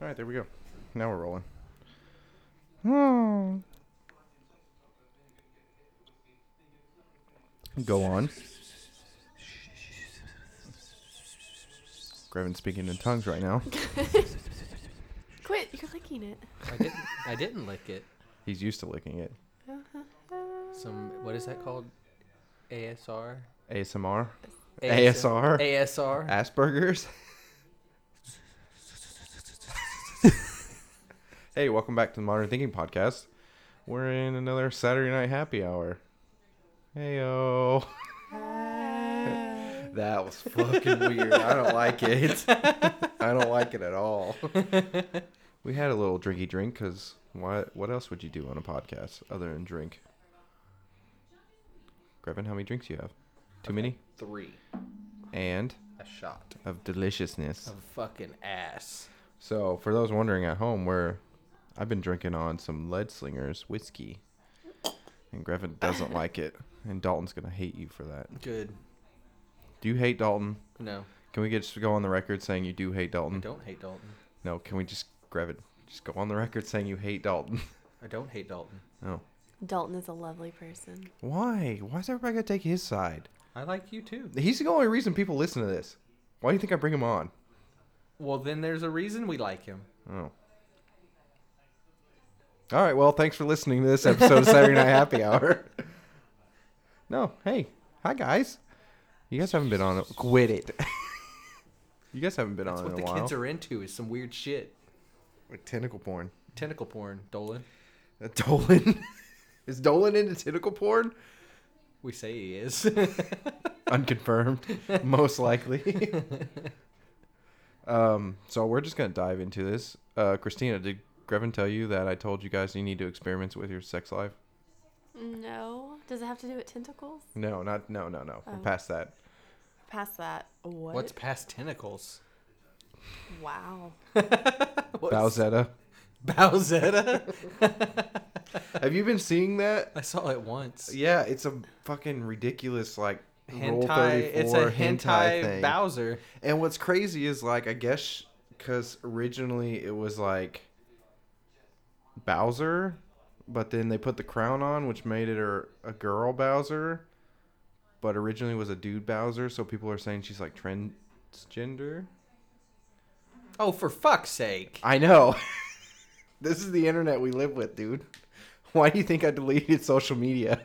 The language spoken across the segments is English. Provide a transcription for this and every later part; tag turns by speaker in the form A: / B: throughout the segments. A: All right, there we go. Now we're rolling. Hmm. Go on. Grevin's speaking in tongues right now.
B: Quit! You're licking it.
C: I didn't. I didn't lick it.
A: He's used to licking it.
C: Some what is that called? ASR.
A: ASMR, ASR?
C: ASR.
A: Asperger's. hey, welcome back to the Modern Thinking Podcast. We're in another Saturday night happy hour. Heyo. That was fucking weird. I don't like it. I don't like it at all. We had a little drinky drink because what? What else would you do on a podcast other than drink? Grevin, how many drinks do you have? Too many.
C: Three.
A: And
C: A shot
A: of deliciousness.
C: of fucking ass.
A: So, for those wondering at home, where I've been drinking on some Lead Slingers whiskey, and Grevin doesn't like it, and Dalton's gonna hate you for that.
C: Good.
A: Do you hate Dalton?
C: No,
A: Can we get just go on the record saying you do hate
C: I
A: Dalton?
C: don't hate Dalton.
A: No, can we just Grevin just go on the record saying you hate Dalton?
C: I don't hate Dalton.
A: No.
B: Dalton is a lovely person.
A: Why? Why is everybody gonna take his side?
C: I like you too.
A: He's the only reason people listen to this. Why do you think I bring him on?
C: Well, then there's a reason we like him.
A: Oh. All right. Well, thanks for listening to this episode of Saturday Night Happy Hour. No. Hey. Hi, guys. You guys haven't been on. it. Quit it. you guys haven't been
C: That's
A: on
C: what
A: in
C: the
A: a while.
C: kids are into is some weird shit.
A: tentacle porn.
C: Tentacle porn, Dolan.
A: Uh, Dolan. Is Dolan into tentacle porn?
C: We say he is.
A: Unconfirmed. most likely. um. So we're just gonna dive into this. Uh, Christina, did Grevin tell you that I told you guys you need to experiment with your sex life?
B: No. Does it have to do with tentacles?
A: No, not no, no, no. We're
B: Oh.
A: past that.
B: Past that. What?
C: What's past tentacles?
B: wow.
C: What's
A: Bowsetta.
C: Bowsetta?
A: Have you been seeing that?
C: I saw it once.
A: Yeah, it's a fucking ridiculous like Rule
C: Hentai. It's a
A: 34
C: hentai, Bowser.
A: and what's crazy is like I guess because originally it was like Bowser, but then they put the crown on, which made it her a girl Bowser, but originally was a dude Bowser. So people are saying she's like transgender.
C: Oh, for fuck's sake.
A: I know. this is the internet we live with, dude. Why do you think I deleted social media?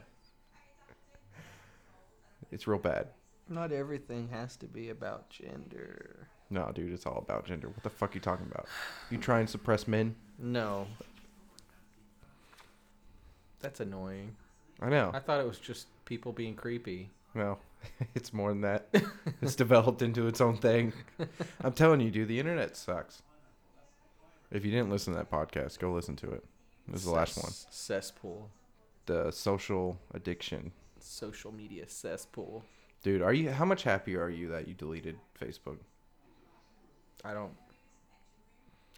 A: It's real bad.
C: Not everything has to be about gender.
A: No, dude, it's all about gender. What the fuck you talking about? You try and suppress men?
C: No. That's annoying.
A: I know.
C: I thought it was just people being creepy.
A: No, it's more than that. it's developed into its own thing. I'm telling you, dude, the internet sucks. If you didn't listen to that podcast, go listen to it. This is the last
C: Cess-
A: one.
C: Cesspool.
A: The social addiction.
C: Social media cesspool.
A: Dude, are you how much happier are you that you deleted Facebook?
C: I don't.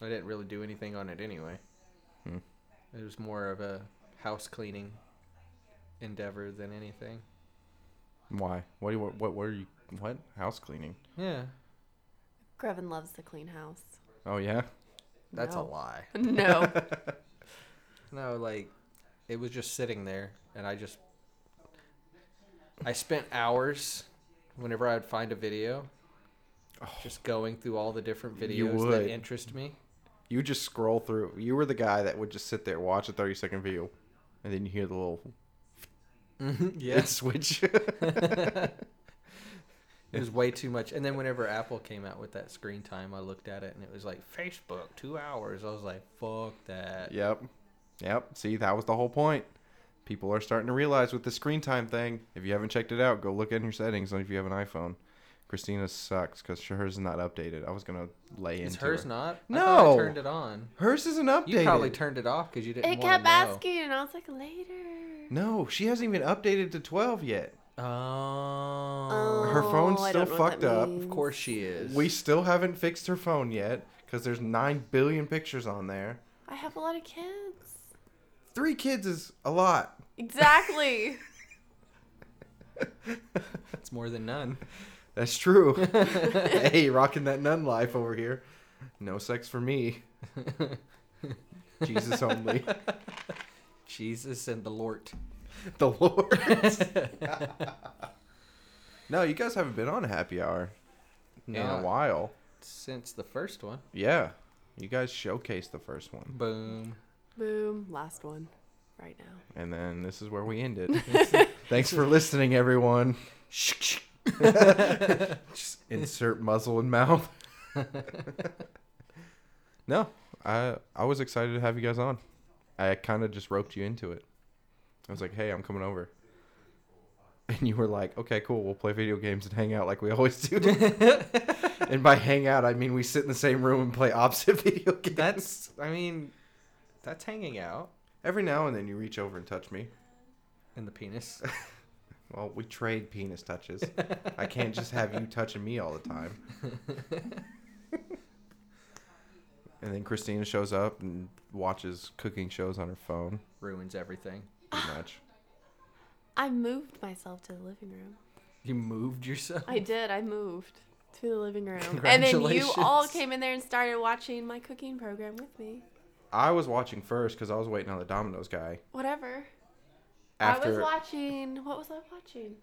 C: I didn't really do anything on it anyway.
A: Hmm.
C: It was more of a house cleaning endeavor than anything.
A: Why? What do you, what, what were you what? House cleaning.
C: Yeah,
B: Grevin loves the clean house.
A: Oh yeah.
C: that's
B: No.
C: a lie.
B: No.
C: No, like it was just sitting there, and I just I spent hours whenever I'd find a video, just going through all the different
A: Oh. You
C: videos
A: would.
C: that interest me.
A: You just scroll through. You were the guy that would just sit there watch a 30 second video and then you hear the little Mm-hmm.
C: yeah,
A: switch.
C: it was way too much. And then whenever Apple came out with that screen time, I looked at it and it was like Facebook two hours. I was like, fuck that.
A: yep. Yep. See, that was the whole point. People are starting to realize with the screen time thing. If you haven't checked it out, go look in your settings if you have an iPhone. Christina sucks because hers is not updated. I was gonna lay
C: Is
A: into
C: hers
A: her.
C: not? I thought
A: No.
C: I turned it on.
A: Hers isn't updated.
C: You probably turned it off because you didn't.
B: it
C: wanna
B: kept
C: know.
B: asking, and I was like, later.
A: no, she hasn't even updated to 12 yet.
C: Oh,
A: Her phone's
B: Oh, I
A: still
B: don't know what
A: fucked
B: that
A: up.
B: means.
C: of course she is.
A: We still haven't fixed her phone yet because there's nine billion pictures on there.
B: I have a lot of kids.
A: Three kids is a lot.
B: Exactly.
C: It's more than none.
A: That's true. hey, rocking that nun life over here. No sex for me. Jesus only.
C: Jesus and the Lord.
A: the Lord. no, you guys haven't been on happy hour in
C: Not
A: a while.
C: since the first one.
A: Yeah. You guys showcased the first one.
C: Boom.
B: Boom. Last one. Right now.
A: And then this is where we end it. Thanks for listening, everyone. Just insert muzzle and mouth. no, I I was excited to have you guys on. I kind of just roped you into it. I was like, "Hey, I'm coming over," and you were like, "Okay, cool. We'll play video games and hang out like we always do." and by hang out, I mean we sit in the same room and play opposite video games.
C: That's, I mean, that's hanging out
A: Every now and then, you reach over and touch me.
C: in the penis.
A: Well, we trade penis touches. I can't just have you touching me all the time. and then Christina shows up and watches cooking shows on her phone,
C: Ruins everything.
A: pretty much.
B: I moved myself to the living room.
C: You moved yourself?
B: I did. I moved to the living room. And then you all
C: Congratulations.
B: came in there and started watching my cooking program with me.
A: I was watching first because I was waiting on the Domino's guy.
B: Whatever. I was
A: After I,
B: watching. What was I watching?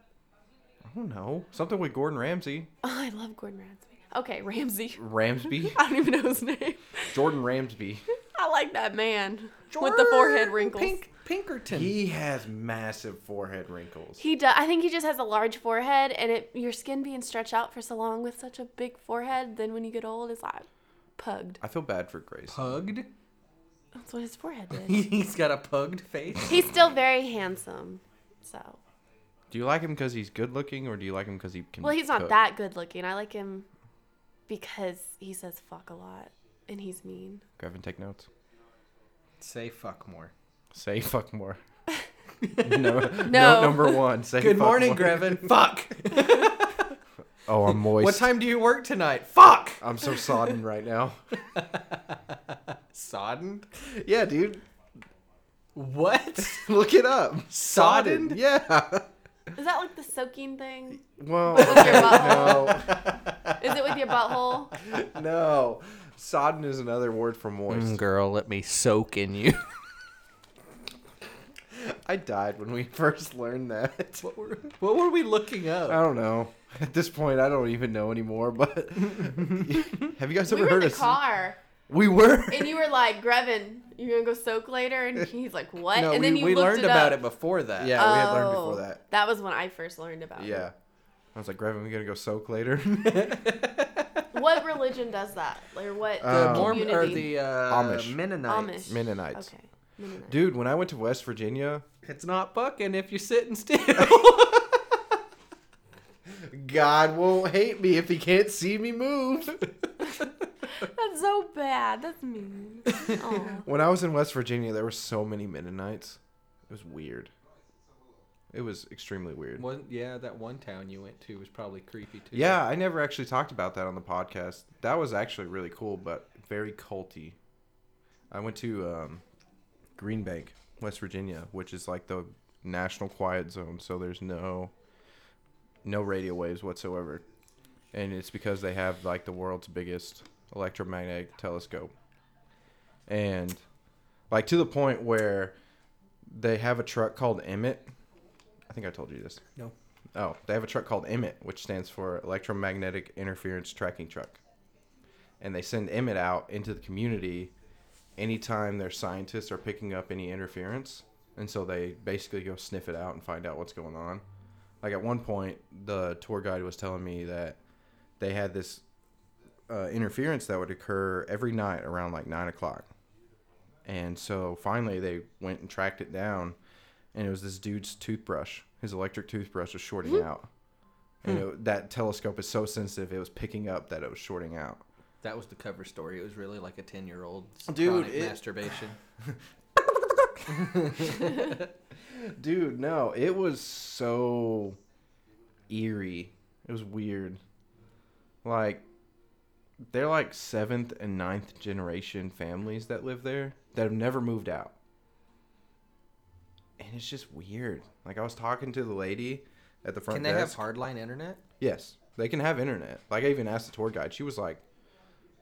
A: don't know something with Gordon Ramsay,
B: Oh, I love Gordon Ramsay. Okay, Ramsay.
A: Ramsby,
B: I don't even know his name.
A: Jordan Ramsby.
B: I like that man with the forehead wrinkles.
C: Pink, Pinkerton.
A: He has massive forehead wrinkles.
B: He does. I think he just has a large forehead, and it your skin being stretched out for so long with such a big forehead, then when you get old, it's like pugged.
A: I feel bad for Grace.
C: pugged?
B: That's what his forehead did.
C: He's got a pugged face.
B: He's still very handsome, so
A: Do you like him because he's good looking, or do you like him because he can?
B: well, he's not
A: cook?
B: that good looking. I like him because he says fuck a lot and he's mean.
A: Grab and take notes.
C: Say fuck more.
A: Say fuck more. no, no.
B: No.
A: number one. Say
C: Good
A: fuck
C: morning,
A: more.
C: Grevin. fuck.
A: Oh, I'm moist.
C: What time do you work tonight? Fuck.
A: I'm so sodden right now.
C: Sodden?
A: Yeah, dude.
C: What?
A: Look it up.
C: Sodden?
A: Yeah.
B: Is that like the soaking thing?
A: Well,
B: With your
A: okay,
B: Is it with your butthole?
A: no, Mm, no. Sodden is another word for moist.
C: girl, let me soak in you.
A: I died when we first learned that.
C: what, were, what were we looking up?
A: I don't know. At this point, I don't even know anymore. But have you guys ever
B: We were in
A: heard
B: the
A: of?
B: car,
A: We were.
B: and you were like, "Grevin, you gonna go soak later?" And he's like, "What?"
C: no,
B: and
C: we,
B: then you
C: we
B: looked
C: learned
B: it
C: about
B: up.
C: it before that.
A: Yeah, we had learned before
B: Oh,
A: that.
B: That was when I first learned about it.
A: Yeah. I was like, Grevin, we gotta go soak later.
B: What religion does that? Or what
A: The Um,
C: Mormon
B: community?
C: or the uh,
A: Amish.
C: Mennonites.
B: Amish.
A: Mennonites.
B: Okay. Mennonite.
A: Dude, when I went to West Virginia,
C: It's not bucking if you're sitting still.
A: God won't hate me if he can't see me move.
B: That's so bad. That's mean. Aw.
A: When I was in West Virginia, there were so many Mennonites. It was weird. It was extremely weird.
C: one, yeah, that one town you went to was probably creepy too.
A: Yeah, I never actually talked about that on the podcast. That was actually really cool, but very culty. I went to um, Green Bank, West Virginia, which is like the national quiet zone, so there's no no radio waves whatsoever. And it's because they have like the world's biggest electromagnetic telescope. And like to the point where they have a truck called Emmet. I think I told you this.
C: No.
A: Oh, they have a truck called EMIT, which stands for Electromagnetic Interference Tracking Truck. And they send EMIT out into the community anytime their scientists are picking up any interference. And so they basically go sniff it out and find out what's going on. Like at one point, the tour guide was telling me that they had this uh, interference that would occur every night around like nine o'clock. And so finally, they went and tracked it down and it was this dude's toothbrush. His electric toothbrush was shorting out. And it, that telescope is so sensitive, it was picking up that it was shorting out.
C: That was the cover story. It was really like a ten-year-old
A: Dude,
C: chronic
A: it-
C: masturbation.
A: Dude, no, it was so eerie. It was weird. Like, they're like seventh and ninth generation families that live there that have never moved out. And it's just weird. Like, I was talking to the lady at the front
C: Can they have
A: desk.
C: hardline internet?
A: Yes, they can have internet. Like I even asked the tour guide. She was like,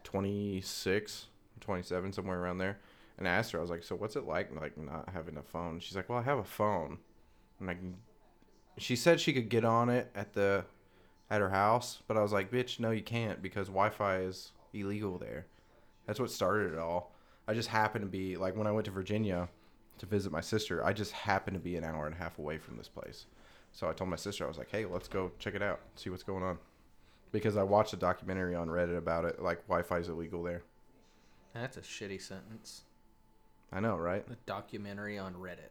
A: 26, 27, somewhere around there, and I asked her, I was like, so what's it like, like not having a phone? She's like, well, I have a phone, and I can. She said she could get on it at the, at her house, but I was like, bitch, no, you can't because Wi-Fi is illegal there. That's what started it all. I just happened to be like when I went to Virginia to visit my sister, I just happened to be an hour and a half away from this place. So I told my sister, I was like, hey, let's go check it out, see what's going on. Because I watched a documentary on Reddit about it, like Wi Fi is illegal there.
C: That's a shitty sentence.
A: I know, right?
C: A documentary on Reddit.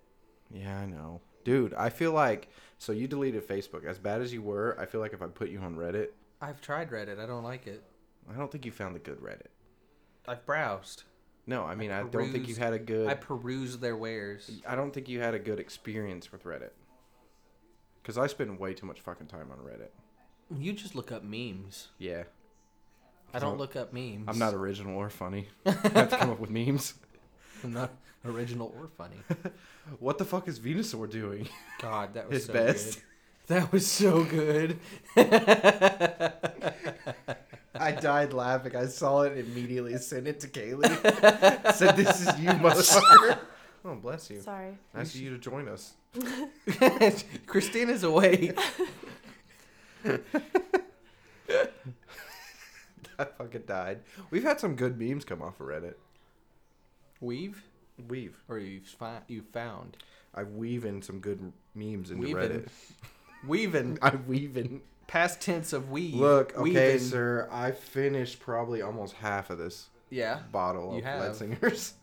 A: Yeah, I know. Dude, I feel like so you deleted Facebook. As bad as you were, I feel like if I put you on Reddit,
C: I've tried Reddit. I don't like it.
A: I don't think you found the good Reddit.
C: I've browsed.
A: No, I mean I, don't think you
C: perused-
A: had a good
C: I perused their wares.
A: I don't think you had a good experience with Reddit. Cause I spend way too much fucking time on Reddit.
C: You just look up memes.
A: Yeah,
C: I don't look up memes.
A: I'm not original or funny. I have to come up with memes.
C: I'm not original or funny.
A: What the fuck is Venusaur doing?
C: God, that was
A: His
C: so
A: best.
C: good. That was so good.
A: I died laughing. I saw it and immediately sent it to Kaylee. Said, "This is you, motherfucker." Oh, bless you.
B: Sorry.
A: Nice of you to join us.
C: Christina's awake.
A: I fucking died. We've had some good memes come off of Reddit.
C: Weave
A: Weave.
C: or you've fi- you found
A: I weave in some good memes into
C: Weavin'.
A: Reddit.
C: weaving
A: I weave in.
C: past tense of weave.
A: Look, okay,
C: Weaving.
A: sir. I finished probably almost half of this
C: Yeah,
A: bottle
C: You
A: of
C: have.
A: Lead Singers.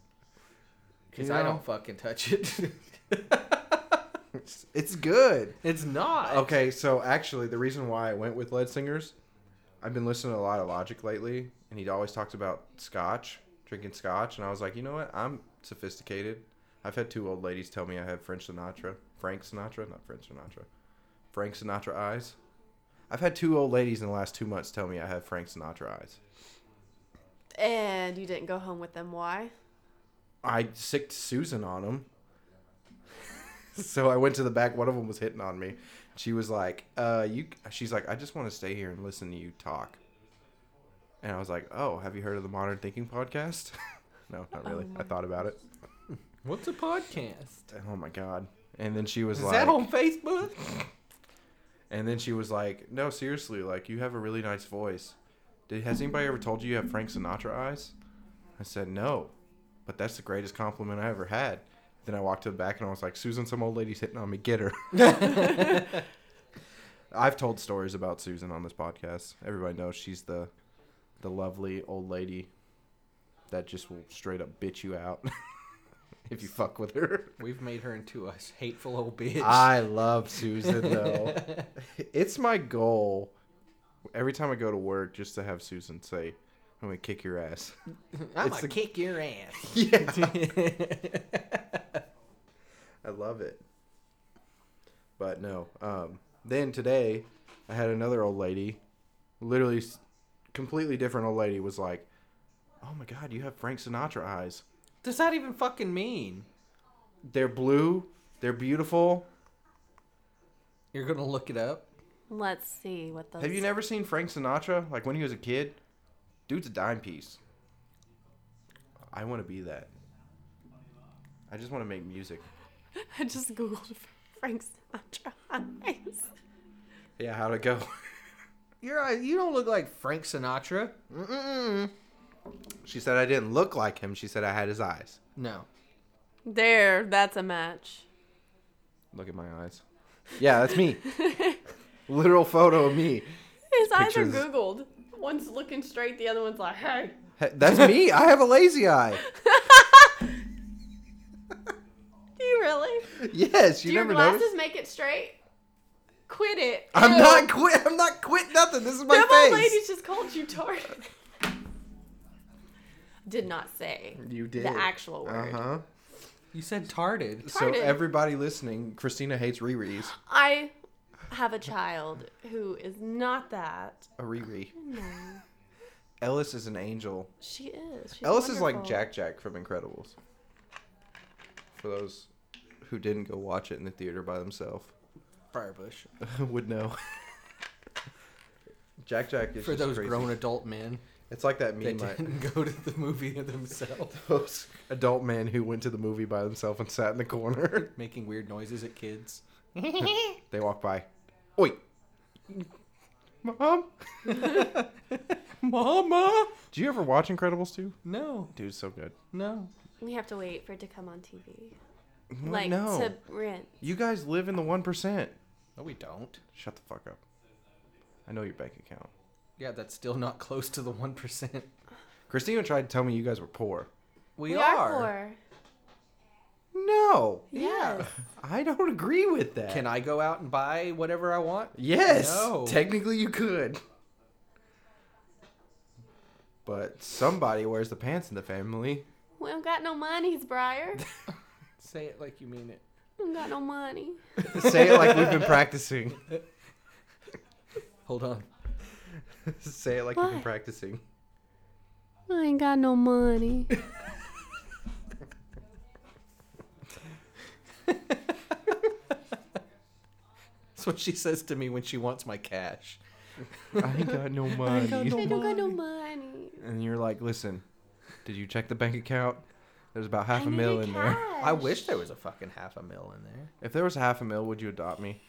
C: because
A: You
C: I
A: know.
C: don't fucking touch it.
A: It's- It's good.
C: it's not
A: Okay, so actually, the reason why I went with Lead Singers, I've been listening to a lot of Logic lately, and he always talks about scotch, drinking scotch, and I was like, you know what? I'm sophisticated. I've had two old ladies tell me I have French Sinatra, Frank Sinatra, not French Sinatra, Frank Sinatra eyes. I've had two old ladies in the last two months tell me I have Frank Sinatra eyes.
B: And you didn't go home with them. Why?
A: I sicked Susan on him. so I went to the back. One of them was hitting on me. She was like, "Uh, you." She's like, "I just want to stay here and listen to you talk." And I was like, "Oh, have you heard of the Modern Thinking podcast?" no, not really.
C: Oh
A: I thought about it.
C: What's a podcast?
A: Oh my god! And then she was
C: Is
A: like,
C: that on Facebook?
A: And then she was like, "No, seriously, like you have a really nice voice. Did, has anybody ever told you you have Frank Sinatra eyes?" I said, "No, but that's the greatest compliment I ever had." Then I walked to the back and I was like, "Susan, some old lady's hitting on me. Get her." I've told stories about Susan on this podcast. Everybody knows she's the the lovely old lady that just will straight up bitch you out if you fuck with her.
C: We've made her into a hateful old bitch.
A: I love Susan though. it's my goal every time I go to work just to have Susan say, "I'm gonna kick your ass."
C: I'm
A: it's
C: gonna
A: the-
C: kick your ass.
A: Yeah, I love it. But no. Um, then today, I had another old lady, literally, s- completely different old lady was like, "Oh my God, you have Frank Sinatra eyes.
C: Does that even fucking mean?
A: They're blue. They're beautiful."
C: You're gonna look it up.
B: Let's see what those.
A: Have you never seen Frank Sinatra? Like when he was a kid? Dude's a dime piece. I want to be that. I just want to make music.
B: I just googled Frank Sinatra eyes.
A: Yeah, how'd it go?
C: You're a- you don't look like Frank Sinatra. Mm-mm.
A: she said I didn't look like him. She said I had his eyes.
C: No.
B: There, that's a match.
A: Look at my eyes. Yeah, that's me. Literal photo of me.
B: His
A: Pictures.
B: eyes are googled. One's looking straight, the other one's like, hey.
A: Hey, That's me. I have a lazy eye.
B: Do you really?
A: Yes, you
B: Do your
A: never
B: glasses
A: noticed.
B: make it straight? Quit it.
A: I'm
B: Ew.
A: not quit. I'm not quit. Nothing. This is my
B: Them old
A: face.
B: ladies just called you tart. Did not say
A: You did.
B: the actual word.
A: Uh huh.
C: You said tarded.
A: So
B: Retarded.
A: everybody listening, Christina hates Riri's.
B: I have a child who is not that.
A: A Riri.
B: No,
A: Ellis is an angel.
B: she is. She's
A: Ellis is like
B: wonderful.
A: Jack Jack from Incredibles. For those who didn't go watch it in the theater by themselves,
C: Firebush.
A: would know. Jack Jack is
C: For
A: just
C: those
A: crazy.
C: grown adult men.
A: It's like that
C: They
A: meme. I-
C: didn't go to the movie themselves,
A: those adult men who went to the movie by themselves and sat in the corner.
C: making weird noises at kids.
A: they walk by. Oi. Mom,
C: Mama,
A: do you ever watch Incredibles 2?
C: no,
A: Dude, it's so good.
C: no.
B: We have to wait for it to come on TV.
A: No,
B: Like
A: no.
B: to rent.
A: You guys live in the 1%.
C: No, we don't.
A: Shut the fuck up. I know your bank account.
C: Yeah, that's still not close to the one percent.
A: Christina tried to tell me you guys were poor.
C: We, are.
B: poor.
A: No,
B: Yes.
A: I don't agree with that.
C: Can I go out and buy whatever I want?
A: Yes.
C: No.
A: Technically, you could. But somebody wears the pants in the family.
B: We don't got no monies, Briar.
C: Say it like you mean it.
B: We don't got no money.
A: Say it like we've been practicing.
C: Hold on.
A: Say it like you've been
B: What?
A: practicing.
B: I ain't got no money.
C: That's what she says to me when she wants my cash.
A: I ain't got no money.
B: I don't got no money.
A: And you're like, listen, did you check the bank account? There's about half
B: I
A: a
B: need
A: mil in there.
B: cash.
C: I wish there was a fucking half a mil in there.
A: If there was half a mil, would you adopt me?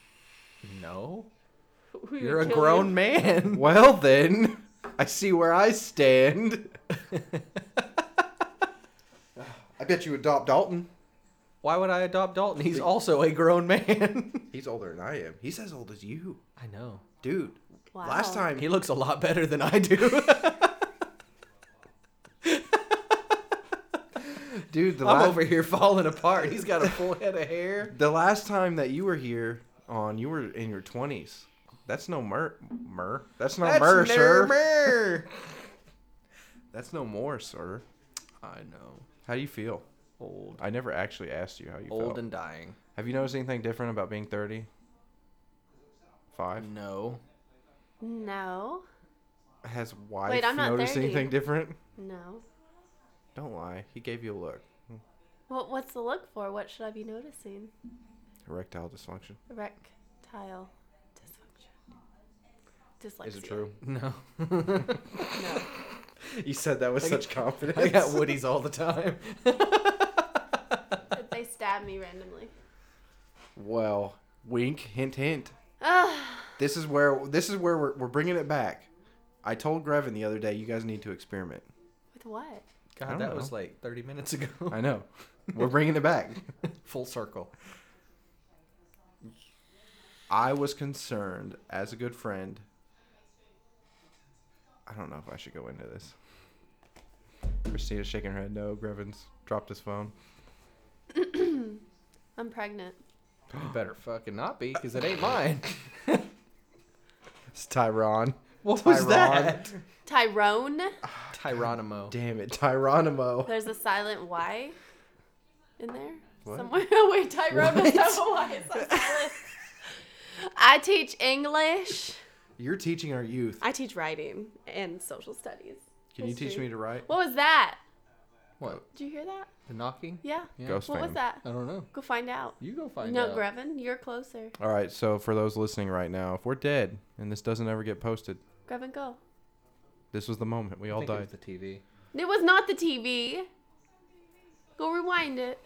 C: No.
B: We would
C: You're a
B: kill
C: grown
B: you.
C: man.
A: Well then, I see where I stand. I bet you adopt Dalton.
C: Why would I adopt Dalton? He's also a grown man.
A: He's older than I am. He's as old as you,
C: I know.
A: dude.
B: Wow.
A: Last time
C: He looks a lot better than I do.
A: Dude, the
C: I'm
A: last,
C: over here falling apart. He's got a full head of hair.
A: the last time that you were here on you were in your 20s. That's no mer mer. That's no mer, sir.
C: Murr.
A: That's no more, sir.
C: I know.
A: How do you feel?
C: Old.
A: I never actually asked you how you
C: Old
A: felt.
C: and dying.
A: Have you noticed anything different about being 30? 5
C: No.
B: No.
A: Has wife
B: Wait, I'm not
A: noticed
B: 30.
A: anything different?
B: No.
A: Don't lie. He gave you a look.
B: What what's the look for? What should I be noticing?
A: Erectile dysfunction.
B: Erectile dysfunction. Dyslexia.
A: Is it true?
C: No.
B: No.
A: You said that with
C: I
A: such
C: got-
A: confidence.
C: I got woodies all the time.
B: But they stab me randomly.
A: well, wink, hint, hint.
B: Ah,
A: This is where this is where we're, we're bringing it back. I told Grevin the other day, you guys need to experiment.
B: with what?
A: I
C: God,
A: don't
C: that
A: know.
C: was like 30 minutes ago.
A: I know. We're bringing it back.
C: Full circle.
A: I was concerned as a good friend. I don't know if I should go into this. Christina's shaking her head. No, Grevin's dropped his phone.
B: I'm pregnant.
C: You better fucking not be, because it ain't mine.
A: It's Tyron.
C: What was
A: Tyron.
C: that?
B: Tyrone.
C: Tyronimo.
A: Damn it, Tyronimo.
B: There's a silent Y in there
A: What?
B: somewhere. Wait, Tyrone doesn't have a Y. It's so silent. I teach English.
A: You're teaching our youth.
B: I teach writing and social studies.
A: Can you teach
B: History.
A: me to write?
B: What was that?
C: What?
B: Did you hear that?
C: The knocking?
B: Yeah.
C: Yeah.
A: Ghost
B: What was
A: fame.
B: that?
C: I don't know.
B: Go find out.
C: You go find
B: no,
C: out.
B: Grevin, you're closer.
A: All right. So for those listening right now, if we're dead and this doesn't ever get posted,
B: Grevin, go.
A: this was the moment we
C: I
A: all
C: think it was
A: died.
C: the TV.
B: It was not the TV. Go rewind it.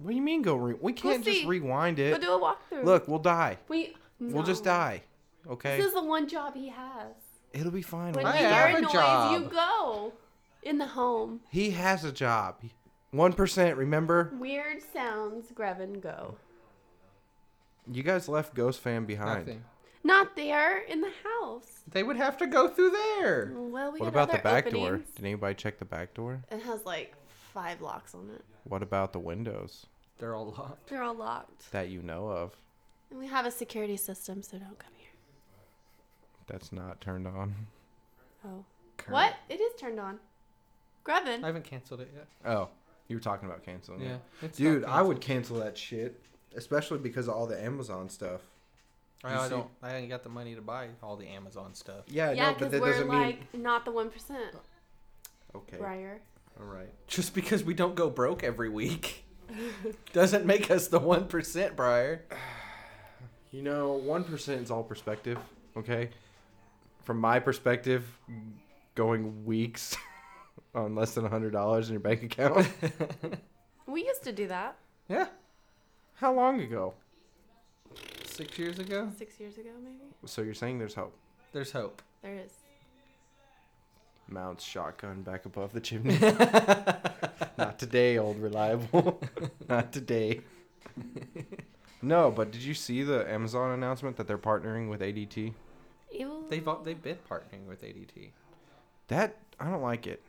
A: What do you mean go? Re- we can't just
B: see.
A: rewind
B: Go
A: it.
B: do a walkthrough.
A: Look, we'll die.
B: we
A: We'll just
B: no.
A: die. Okay?
B: This is the one job he has.
A: It'll be fine.
B: When
A: We'll
C: I
B: you
A: die.
B: hear
C: have
B: a
C: a
B: noise,
C: job.
B: you go in the home.
A: He has a job. 1%, remember?
B: Weird sounds, Grevin, go.
A: You guys left Ghost Fam behind.
C: Nothing.
B: Not there in the house.
C: They would have to go through there.
B: Well, we
A: What
B: got
A: about the
B: other
A: back door?
B: openings.
A: Did anybody check the back door?
B: It has like five locks on it.
A: What about the windows
C: They're all locked.
B: They're all locked.
A: that you know of
B: And we have a security system, so don't come here.
A: that's not turned on?
B: Oh.
C: Current.
B: What? It is turned on. Grevin.
C: I haven't canceled it yet.
A: Oh, you were talking about canceling. it.
C: Yeah. it's
A: Dude,
C: not
A: I would cancel that shit, especially because of all the Amazon stuff.
C: canceled.
A: you
C: I, I
A: see-
C: don't. I ain't got the money to buy all the Amazon stuff.
A: Yeah, no,
B: yeah,
A: but
B: because
A: that
B: we're
A: doesn't
B: like
A: mean
B: not the 1%,
A: Okay.
B: Briar.
A: All right.
C: Just because we don't go broke every week doesn't make us the one percent, Briar.
A: You know, one percent is all perspective. Okay, from my perspective, going weeks on less than hundred dollars in your bank account.
B: We used to do that
C: yeah,
A: How long ago?
C: six years ago.
B: six years ago, maybe.
A: So you're saying there's hope?
C: There's hope.
B: There is.
A: Mounts shotgun back above the chimney. Not today, old reliable. Not today. no, but did you see the Amazon announcement that they're partnering with ADT?
B: Ew.
C: They've al- they've been partnering with ADT.
A: That I don't like it.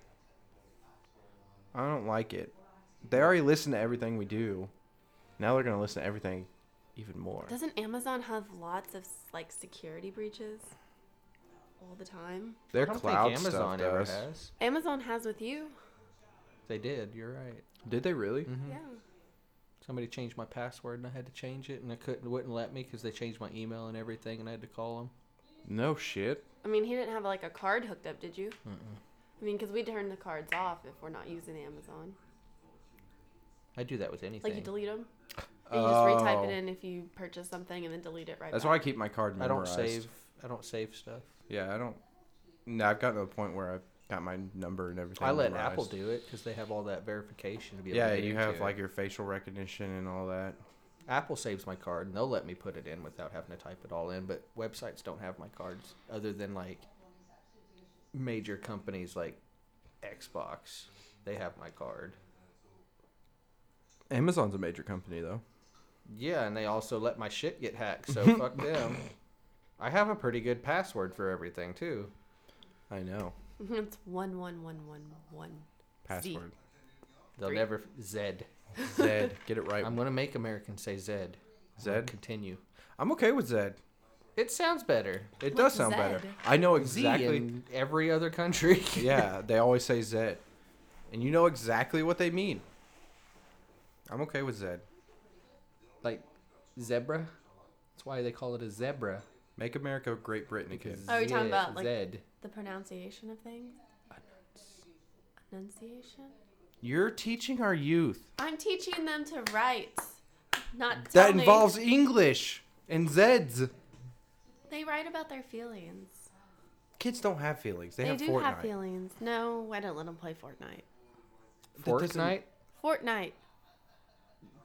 A: I don't like it. They already listen to everything we do. Now they're gonna listen to everything even more.
B: Doesn't Amazon have lots of like security breaches all the time?
A: Their
C: I don't
A: cloud
C: think
A: stuff
C: Amazon ever
A: does.
C: has.
B: Amazon has with you.
C: They did. You're right.
A: Did they really?
C: Mm-hmm.
B: Yeah.
C: Somebody changed my password and I had to change it, and I couldn't wouldn't let me because they changed my email and everything, and I had to call them.
A: No shit.
B: I mean, he didn't have like a card hooked up, did you? I mean, because we turn the cards off if we're not using Amazon.
C: I do that with anything.
B: Like you delete them. You just
A: Oh.
B: retype it in if you purchase something and then delete it right.
A: That's why I
B: back.
A: keep my card
C: I don't
A: memorized.
C: save. I don't save stuff.
A: Yeah, I don't. No, I've gotten to the point where I've got my number and everything.
C: I let
A: memorized.
C: Apple do it because they have all that verification to be. Able
A: Yeah,
C: to get
A: you
C: into
A: have
C: it.
A: like your facial recognition and all that.
C: Apple saves my card and they'll let me put it in without having to type it all in, but websites don't have my cards other than like major companies like Xbox. They have my card.
A: Amazon's a major company though.
C: Yeah, and they also let my shit get hacked, so fuck them. I have a pretty good password for everything too.
A: I know.
B: it's one one one one one.
A: Password.
C: They'll
B: Three.
C: never Zed.
A: Zed. Get it right.
C: I'm gonna make Americans say Zed.
A: Zed?
C: Continue.
A: I'm okay with Zed.
C: It sounds better.
A: It
B: What's
A: does sound better.
B: Zed?
A: I know
C: Exactly.
A: exactly.
C: in every other country.
A: yeah, they always say Zed, and you know exactly what they mean. I'm okay with Zed.
C: like zebra. That's why they call it a zebra.
A: Make America Great Britain again.
C: Because
B: Are we Oh, talking
C: Zed-
B: about, like-
C: Zed?
B: The pronunciation of things. Enunciation.
A: You're teaching our youth.
B: I'm teaching them to write, not tell
A: That
B: me.
A: involves English and Zeds.
B: They write about their feelings.
A: Kids don't have feelings. They,
B: They,
A: have
B: do
A: Fortnite.
B: have feelings. No, I don't let them play Fortnite.
A: doesn't-
C: Fortnite?
B: Fortnite.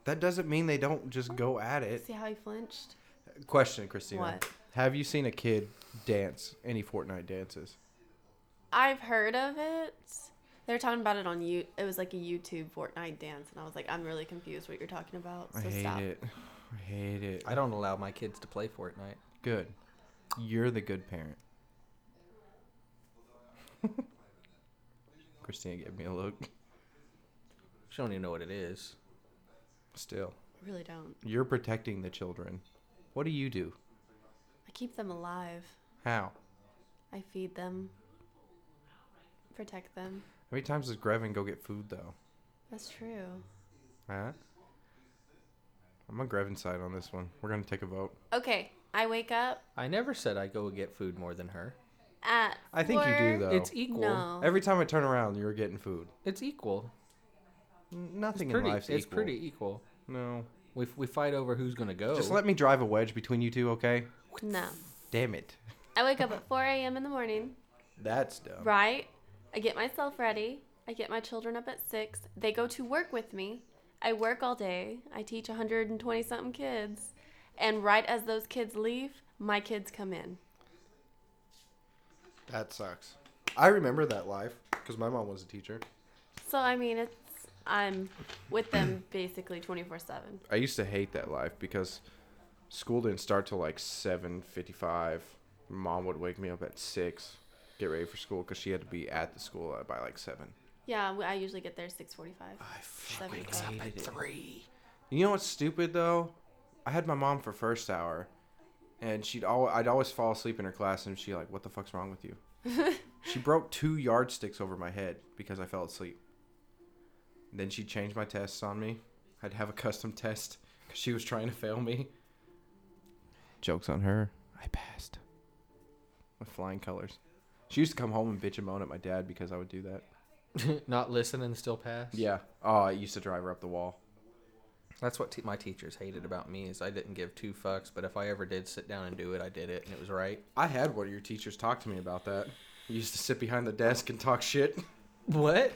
A: That doesn't mean they don't just go at it.
B: See how he flinched?
A: Question, Christina.
B: What?
A: Have you seen a kid dance any Fortnite dances?
B: I've heard of it. they were talking about it on you. It was like a YouTube Fortnite dance, and I was like, I'm really confused what you're talking about. So
A: I hate
B: stop.
A: it. I hate it.
C: I don't allow my kids to play Fortnite.
A: Good. You're the good parent. Christina gave me a look.
C: She don't even know what it is.
A: Still,
B: I really don't.
A: you're protecting the children. What do you do?
B: I keep them alive.
A: How?
B: I feed them. Protect them.
A: How many times does Grevin go get food though?
B: That's true.
A: Huh? I'm on Grevin's side on this one. We're gonna take a vote.
B: Okay, I wake up
C: I never said I go get food more than her.
B: at.
A: I think you do
B: four-
A: though.
C: It's equal.
B: No.
A: Every time I turn around, you're getting food.
C: It's equal.
A: N-
C: It's
A: Nothing
C: pretty.
A: in life's
C: It's
A: equal.
C: pretty equal.
A: No.
C: We, f- we fight over who's gonna go.
A: Just let me drive a wedge between you two, okay?
B: No.
A: Damn it.
B: I wake up at 4 a.m. in the morning,
A: That's dumb.
B: right? I get myself ready. I get my children up at 6. They go to work with me. I work all day. I teach 120 something kids. And right as those kids leave, my kids come in.
A: That sucks. I remember that life because my mom was a teacher.
B: So, I mean, it's. I'm with them basically 24 7.
A: I used to hate that life because school didn't start till like seven fifty-five. Mom would wake me up at six, get ready for school because she had to be at the school by like seven.
B: Yeah, we- I usually get there 6:45. Seven o'clock.
A: hated it.
C: three.
A: You know what's stupid though? I had my mom for first hour, and she'd al- I'd always fall asleep in her class, and she like, "What the fuck's wrong with you?" she broke two yardsticks over my head because I fell asleep. Then she changed my tests on me. I'd have a custom test because she was trying to fail me. Jokes on her. I passed with flying colors. She used to come home and bitch and moan at my dad because I would do that.
C: Not listen and still pass.
A: Yeah. Oh, I used to drive her up the wall.
C: That's what te- my teachers hated about me is I didn't give two fucks, but if I ever did sit down and do it, I did it and it was right.
A: I had one of your teachers talk to me about that. You used to sit behind the desk and talk shit.
C: What?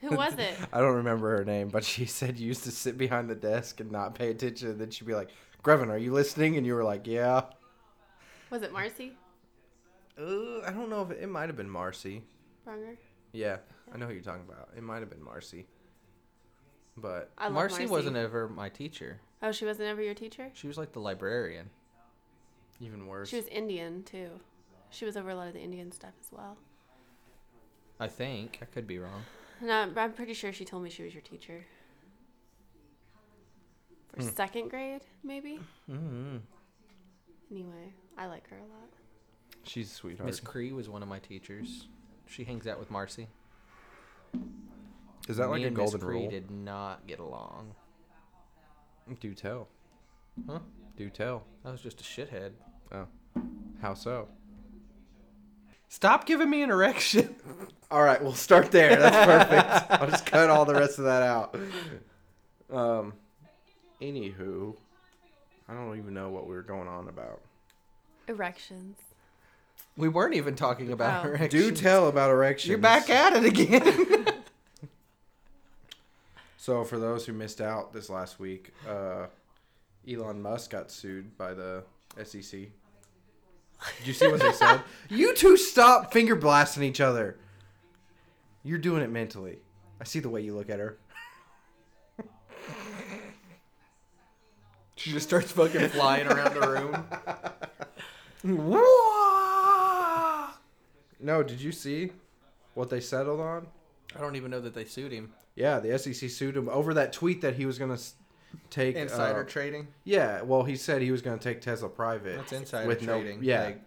B: Who was it?
A: I don't remember her name, but she said you used to sit behind the desk and not pay attention. And then she'd be like, Grevin, are you listening? And you were like, yeah.
B: Was it Marcy
A: Uh, I don't know if it, it might have been Marcy.
B: Bronger?
A: Yeah, I know who you're talking about. It might have been Marcy. But
B: I love
C: Marcy, wasn't ever my teacher.
B: Oh, she wasn't ever your teacher.
C: She was like the librarian.
A: even worse.
B: She was Indian too. She was over a lot of the Indian stuff as well.
C: I think. I could be wrong.
B: No, I'm I'm pretty sure she told me she was your teacher. For second grade, maybe?
C: Mm-hmm.
B: Anyway, I like her a lot.
A: She's a sweetheart.
C: Miss Cree was one of my teachers. She hangs out with Marcy.
A: Is that like
C: Me
A: a
C: and Miss
A: golden
C: Cree
A: rule?
C: did not get along.
A: Do tell.
C: Huh?
A: Do tell.
C: I was just a shithead.
A: How so?
C: Stop giving me an erection.
A: All right, we'll start there. That's perfect. I'll just cut all the rest of that out. Um, anywho, I don't even know what we were going on about.
B: Erections.
C: We weren't even talking about
B: Oh.
C: erections.
A: Do tell about erections.
C: You're back at it again.
A: So, for those who missed out this last week, uh, Elon Musk got sued by the SEC. Did you see what they said? You two stop finger blasting each other. You're doing it mentally. I see the way you look at her.
C: she just starts fucking flying around the room. Whoa!
A: No, did you see what they settled on?
C: I don't even know that they sued him.
A: Yeah, the SEC sued him over that tweet that he was going to take. uh,
C: Insider trading.
A: yeah, well, he said he was going to take Tesla private.
C: That's insider
A: with no-
C: trading. oh
A: yeah.
C: Like,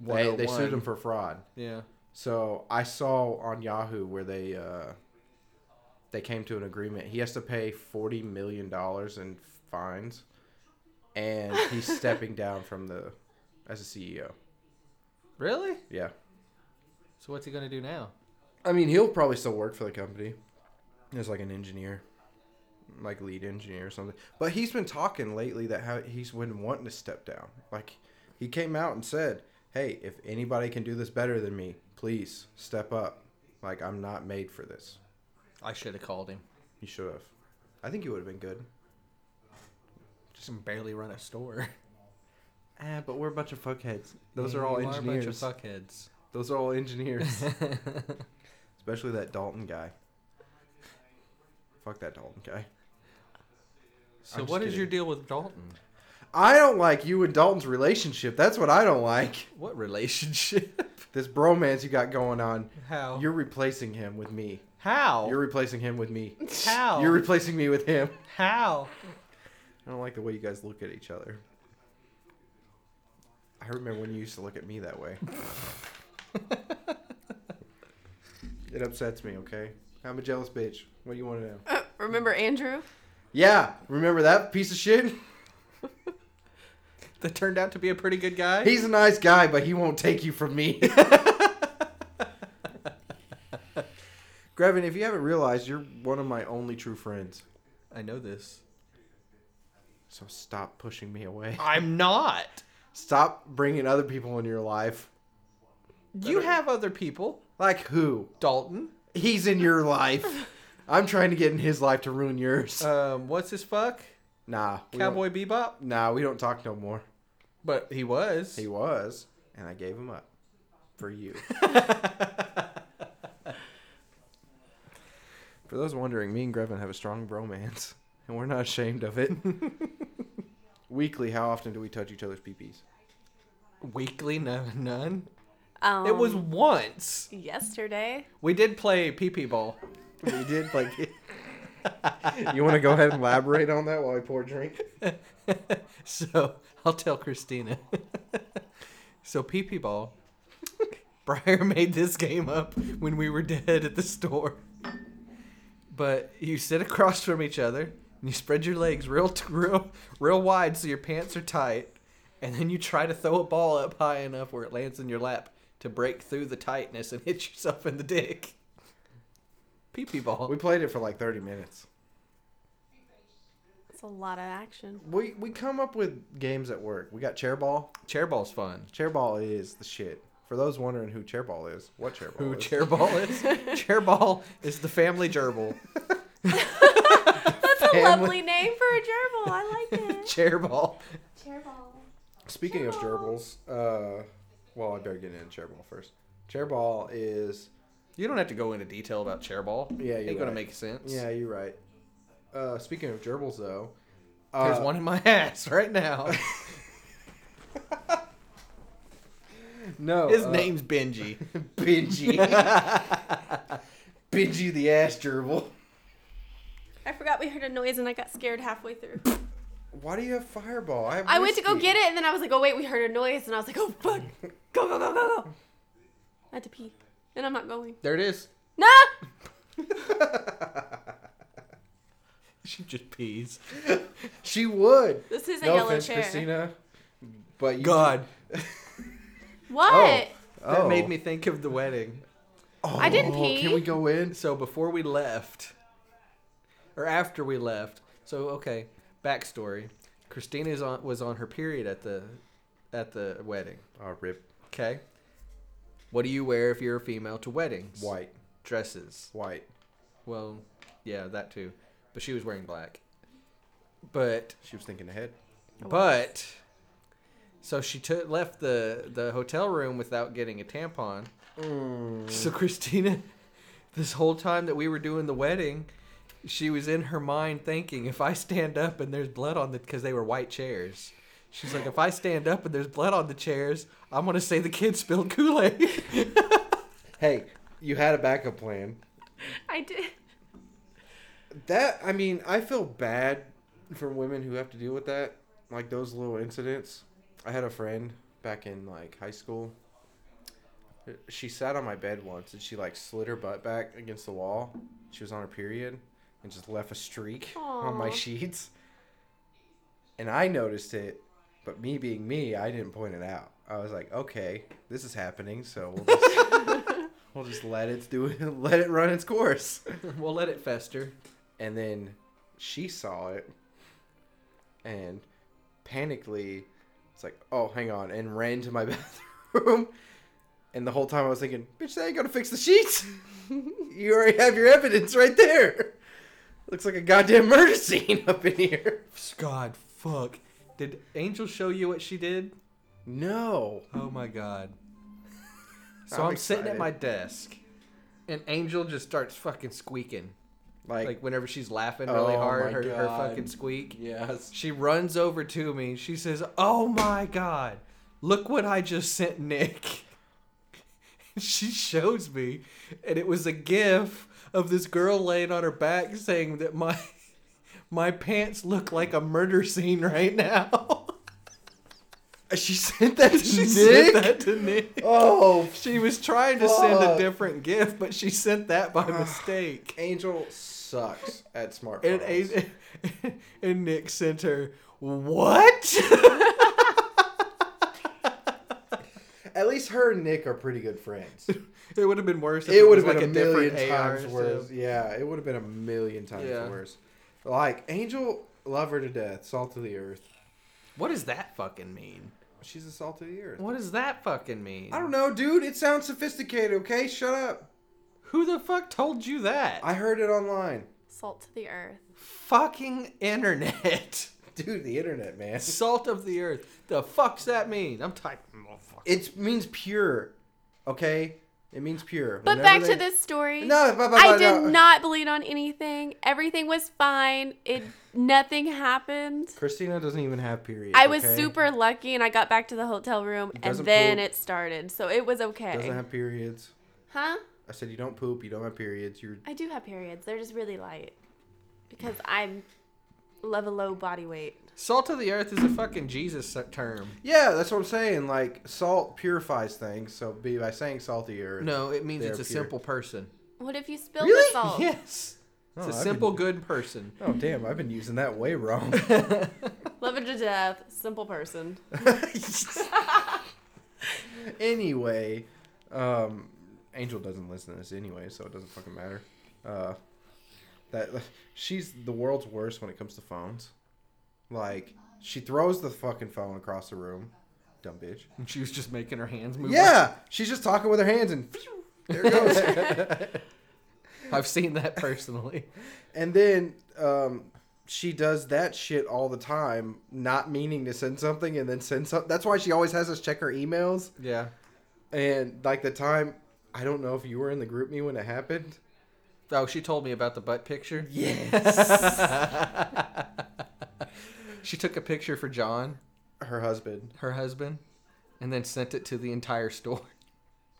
A: They, they
C: 101.
A: sued him for fraud.
C: Yeah.
A: So I saw on Yahoo where they uh, they came to an agreement. He has to pay forty million dollars in fines, and he's stepping down from the as a CEO.
C: Really?
A: Yeah,
C: So what's he gonna do now?
A: I mean he'll probably still work for the company as like an engineer, like lead engineer or something. But he's been talking lately that how he's been wanting to step down. Like he came out and said, "Hey, if anybody can do this better than me, please step up. Like I'm not made for this."
C: I should have called him.
A: You should have. I think you would have been good.
C: Just can barely run a store.
A: Ah, but we're a bunch of fuckheads. Those
C: You
A: are all
C: a bunch
A: engineers.
C: of fuckheads.
A: Those are all engineers. Especially that Dalton guy. Fuck that Dalton guy.
C: So
A: I'm just
C: what is your
A: kidding.
C: deal with Dalton?
A: I don't like you and Dalton's relationship. That's what I don't like.
C: What relationship?
A: This bromance you got going on.
C: How?
A: You're replacing him with me.
C: How?
A: You're replacing him with me.
C: How?
A: You're replacing me with him.
C: How?
A: I don't like the way you guys look at each other. I remember when you used to look at me that way. it upsets me, okay? I'm a jealous bitch. What do you want to know?
B: Uh, remember Andrew?
A: Yeah, remember that piece of shit?
C: That turned out to be a pretty good guy.
A: He's a nice guy, but he won't take you from me. Grevin, if you haven't realized, you're one of my only true friends.
C: I know this.
A: So stop pushing me away.
C: I'm not.
A: Stop bringing other people in your life.
C: You have other people.
A: Like who?
C: Dalton.
A: He's in your life. I'm trying to get in his life to ruin yours.
C: Um, what's his fuck?
A: nah, we don't-
C: Cowboy Bebop.
A: Nah, we don't talk no more.
C: But he was.
A: He was, and I gave him up for you. for those wondering, me and Grevin have a strong bromance, and we're not ashamed of it. Weekly, how often do we touch each other's peepees?
C: Weekly, no, none.
B: Um,
C: it was once.
B: yesterday.
C: We did play pee pee ball.
A: We did like. you want to go ahead and elaborate on that while I pour a drink?
C: so I'll tell Christina. so pee pee ball. Briar made this game up when we were dead at the store. But you sit across from each other and you spread your legs real, t- real, real wide so your pants are tight, and then you try to throw a ball up high enough where it lands in your lap to break through the tightness and hit yourself in the dick. Pee pee ball.
A: We played it for like 30 minutes.
B: It's a lot of action.
A: We we come up with games at work. We got chair ball.
C: Chair ball's fun.
A: Chair ball is the shit. For those wondering who Chairball is, what Chairball
C: Who
A: is?
C: chairball is? chairball is the family gerbil.
B: That's a
C: Family-
B: lovely name for a gerbil. I like it.
C: chairball.
B: Chairball.
A: Speaking of gerbils, uh, well, I better get into Chairball first. Chairball is
C: You don't have to go into detail about chairball.
A: Yeah,
C: ain't
A: you're
C: gonna
A: right.
C: make sense.
A: yeah, you're right. Uh, speaking of gerbils, though, uh,
C: There's one in my ass right now.
A: No,
C: His
A: uh,
C: name's Benji.
A: Benji. Benji the ass gerbil.
B: I forgot we heard a noise and I got scared halfway through.
A: Why do you have Fireball? I, have
B: I went to go
A: whiskey.
B: get it and then I was like, oh wait, we heard a noise and I was like, oh fuck, go go go go go. I had to pee and I'm not going.
C: there it is.
B: No.
C: She just pees.
A: She would.
B: This is a
A: No
B: yellow
A: offense,
B: chair.
A: Christina. But you
C: God,
B: What?
A: Oh.
C: that made me think of the wedding.
B: I didn't
A: Oh, Can
B: pee.
A: we go in?
C: So before we left, or after we left, so okay, backstory: Christina's on was on her period at the at the wedding.
A: Oh, rip.
C: Okay, what do you wear if you're a female to weddings?
A: White.
C: dresses.
A: White.
C: Well, yeah, that too. But she was wearing black. But
A: She was thinking ahead.
C: but so she took left the the hotel room without getting a tampon.
A: Mm.
C: So Christina, this whole time that we were doing the wedding, she was in her mind thinking, if I stand up and there's blood on the, because they were white chairs. She's like, if I stand up and there's blood on the chairs, I'm gonna say the kid spilled Kool Aid.
A: Hey, you had a backup plan.
B: I did.
A: That I mean, I feel bad for women who have to deal with that, like those little incidents. I had a friend back in like high school. She sat on my bed once and she like slid her butt back against the wall. She was on her period and just left a streak on my
B: Aw.
A: sheets. And I noticed it, but me being me, I didn't point it out. I was like, "Okay, this is happening, so we'll just, we'll just let it do it, let it run its course."
C: we'll let it fester.
A: and then she saw it and panically it's like oh hang on and ran to my bathroom and the whole time i was thinking bitch that ain't gonna fix the sheets you already have your evidence right there looks like a goddamn murder scene up in here
C: God, fuck. Did Angel show you what she did?
A: no
C: Oh my god. So I'm,
A: I'm
C: sitting at
A: excited.
C: my desk, and Angel just starts fucking squeaking.
A: like,
C: Like whenever she's laughing really
A: Oh
C: hard,
A: my
C: her, her
A: God.
C: fucking squeak.
A: yes
C: She runs over to me. She says, "Oh my god, look what I just sent Nick." she shows me, and it was a gif of this girl laying on her back saying that my my pants look like a murder scene right now.
A: she sent that to
C: she
A: nick
C: sent that to Nick.
A: oh
C: She was trying to send a
A: Fuck.
C: different gift, but she sent that by mistake.
A: angel sucks at smartphones
C: And, and, and Nick sent her, What?
A: at least her and nick are pretty good friends
C: it would have been worse. If
A: it would
C: was
A: have been
C: like
A: a, million
C: different AR
A: times
C: or
A: worse.
C: something.
A: Yeah, it would have been a million times
C: Yeah.
A: worse. Like Angel, love her to death, salt of the earth.
C: What does that fucking mean?
A: She's the salt of the earth.
C: What does that fucking mean?
A: I don't know, dude. It sounds sophisticated. Okay, shut up.
C: Who the fuck told you that?
A: I heard it online,
B: Salt to the earth.
C: fucking internet.
A: dude. The internet, man.
C: Salt of the earth. The fuck's that mean? I'm typing. Oh, fuck.
A: It means pure. Okay, it means pure.
B: But
A: Whenever
B: back
A: they-
B: to this story.
A: No, but, but,
B: I
A: but,
B: did
A: no.
B: not bleed on anything. Everything was fine. It nothing happened.
A: Christina doesn't even have period.
B: I was
A: okay?
B: super lucky and I got back to the hotel room and
A: Doesn't
B: then
A: poop.
B: it started. So it was okay.
A: Doesn't have periods.
B: huh?
A: I said you don't poop. You don't have periods. You're
B: I do have periods. They're just really light. Because I'm love a low body weight.
C: Salt of the earth is a fucking Jesus term.
A: Yeah, that's what I'm saying. Like salt purifies things, so be by saying salty or
C: No, it means
A: They're
C: it's a
A: pure.
C: simple person.
B: What if you spilled
A: Really?
B: the salt?
C: Yes.
A: Oh,
C: It's a
A: I've
C: simple, good person.
A: Oh damn, I've been using that way wrong.
B: Love it to death. Simple person.
A: anyway, um, Angel doesn't listen to this anyway, so it doesn't fucking matter. Uh, that she's the world's worst when it comes to phones. Like she throws the fucking phone across the room, dumb bitch.
C: And she was just making her hands move.
A: yeah, she's just talking with her hands and there it goes.
C: I've seen that personally.
A: and then um, she does that shit all the time, not meaning to send something and then send something. That's why she always has us check her emails.
C: Yeah.
A: And like the time, I don't know if you were in the group me when it happened.
C: Oh, she told me about the butt picture. she took a picture for John,
A: her husband.
C: her husband, and then sent it to the entire store.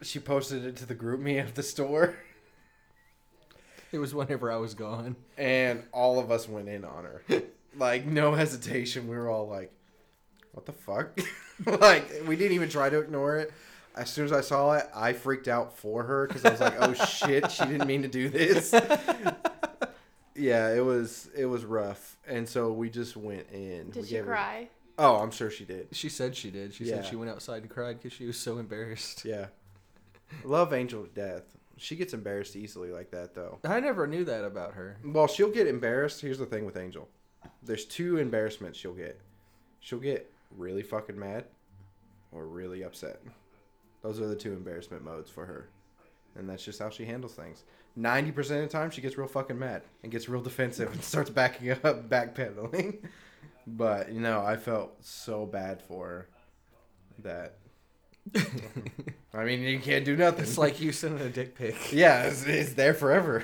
A: She posted it to the group me of the store,
C: It was whenever I was gone.
A: and all of us went in on her. like no hesitation, we were all like, "What the fuck?" like we didn't even try to ignore it. As soon as I saw it, I freaked out for her because I was like, "Oh shit, she didn't mean to do this." yeah, it was it was rough, and so we just went in.
B: Did
A: We
B: she
A: gave her-
B: cry?
A: oh, I'm sure she did.
C: She said she did. She said
A: Yeah.
C: she went outside and cried because she was so embarrassed.
A: Yeah, love Angel to death. She gets embarrassed easily like that though.
C: I never knew that about her.
A: Well, she'll get embarrassed. Here's the thing with Angel. There's two embarrassments she'll get. She'll get really fucking mad or really upset. Those are the two embarrassment modes for her. And that's just how she handles things. 90% of the time she gets real fucking mad and gets real defensive and starts backing up, backpedaling. But, you know, I felt so bad for her that I mean, you can't do nothing.
C: it's like you sending a dick pic.
A: yeah, it's, it's there forever.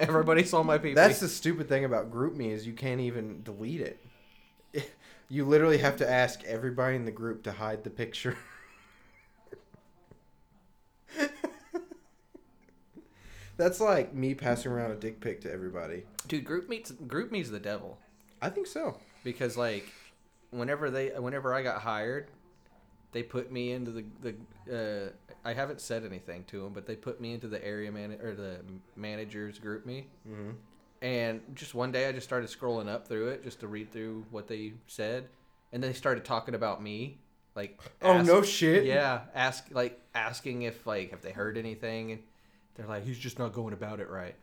C: Everybody saw my pee.
A: That's the stupid thing about group me is you can't even delete it. You literally have to ask everybody in the group to hide the picture. That's like me passing around a dick pic to everybody.
C: dude. Group meets. Group meets the devil.
A: I think so.
C: because like whenever they whenever I got hired, they put me into the the uh, I haven't said anything to them, but they put me into the area man or the managers group me.
A: Mhm.
C: And just one day, I just started scrolling up through it just to read through what they said, and they started talking about me, like
A: Oh,
C: ask-
A: no shit.
C: yeah, ask like asking if like have they heard anything, and they're like he's just not going about it right.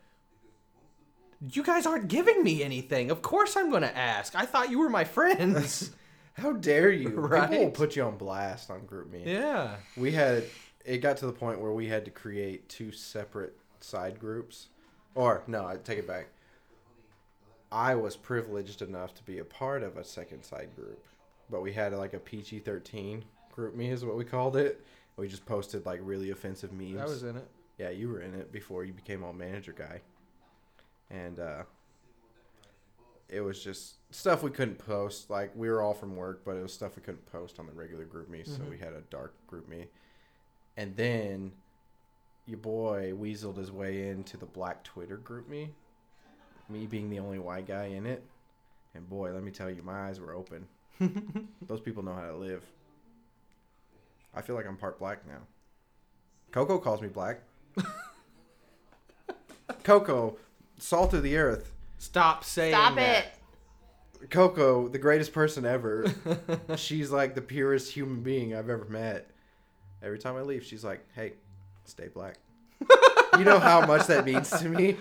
C: You guys aren't giving me anything. Of course I'm going to ask. I thought you were my friends.
A: How dare you? People will
C: Right.
A: put you on blast on group me.
C: yeah.
A: We had it got to the point where we had to create two separate side groups. Or no, I take it back. I was privileged enough to be a part of a second side group, but we had like a PG thirteen group me is what we called it. We just posted like really offensive memes.
C: I was in it.
A: Yeah, you were in it before you became all manager guy. And uh it was just stuff we couldn't post. Like we were all from work, but it was stuff we couldn't post on the regular group me, so we had a dark group me. And then your boy weaseled his way into the black Twitter group me. Me being the only white guy in it. And boy, let me tell you, my eyes were open. Those people know how to live. I feel like I'm part black now. Coco calls me black. Coco, salt of the earth.
C: Stop saying
B: Stop
C: that.
B: it.
A: Coco, the greatest person ever. she's like the purest human being I've ever met. Every time I leave, she's like, "Hey, stay black." you know how much that means to me.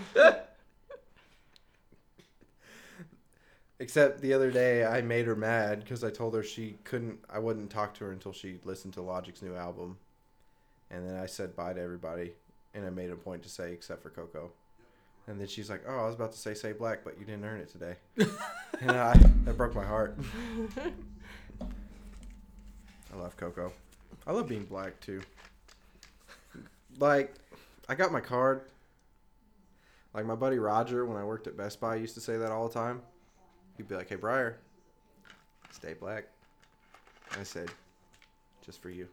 A: Except the other day, I made her mad because I told her she couldn't. I wouldn't talk to her until she listened to Logic's new album, and then I said bye to everybody, and I made a point to say except for Coco. And then she's like, "Oh, I was about to say say black, but you didn't earn it today," and I, that broke my heart. I love Coco. I love being black too. Like, I got my card. Like my buddy Roger, when I worked at Best Buy, used to say that all the time. He'd be like, "Hey, Briar, stay black." I said, "Just for you."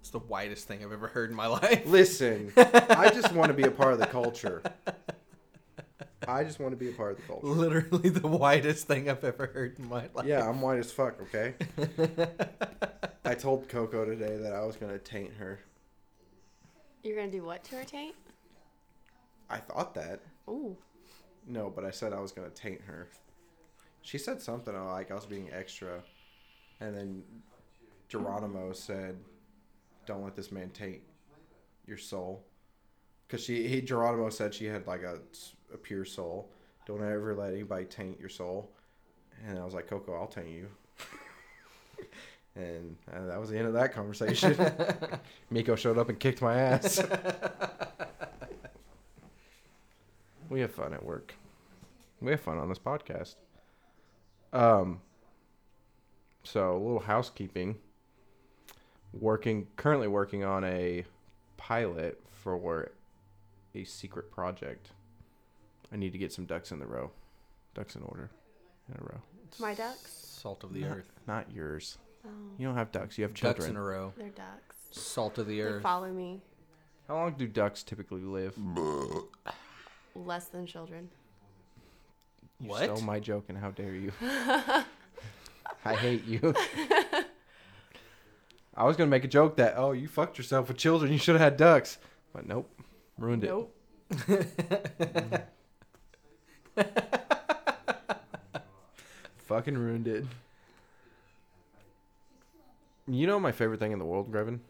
C: It's the whitest thing I've ever heard in my life.
A: Listen, I just want to be a part of the culture. I just want to be a part of the culture.
C: Literally the whitest thing I've ever heard in my life.
A: Yeah, I'm white as fuck. Okay. I told Coco today that I was gonna taint her.
B: You're gonna do what to her taint?
A: I thought that.
B: Ooh.
A: No, but I said I was gonna taint her. She said something uh, like I was being extra, and then Geronimo said, "Don't let this man taint your soul," because she he Geronimo said she had like a, s- a pure soul. Don't ever let anybody taint your soul. And I was like, Coco, I'll taint you. And uh, that was the end of that conversation. Miko showed up and kicked my ass. we have fun at work. We have fun on this podcast. Um, so a little housekeeping. Working currently working on a pilot for a secret project. I need to get some ducks in the row, ducks in order, in a row.
B: My ducks?
C: Salt of the
A: Not-
C: earth.
A: Not yours.
B: Oh,
A: You don't have ducks. You have
C: Ducks in
A: children.
C: a row.
B: they're ducks.
C: Salt of the
B: They
C: earth.
B: follow me
A: How long do ducks typically live?
B: less than children.
A: You
C: What?
A: stole my joke, and how dare you? I hate you. I was gonna make a joke that oh you fucked yourself with children. You should have had ducks, but nope, ruined it.
B: Nope.
A: Fucking ruined it. You know my favorite thing in the world, Grevin?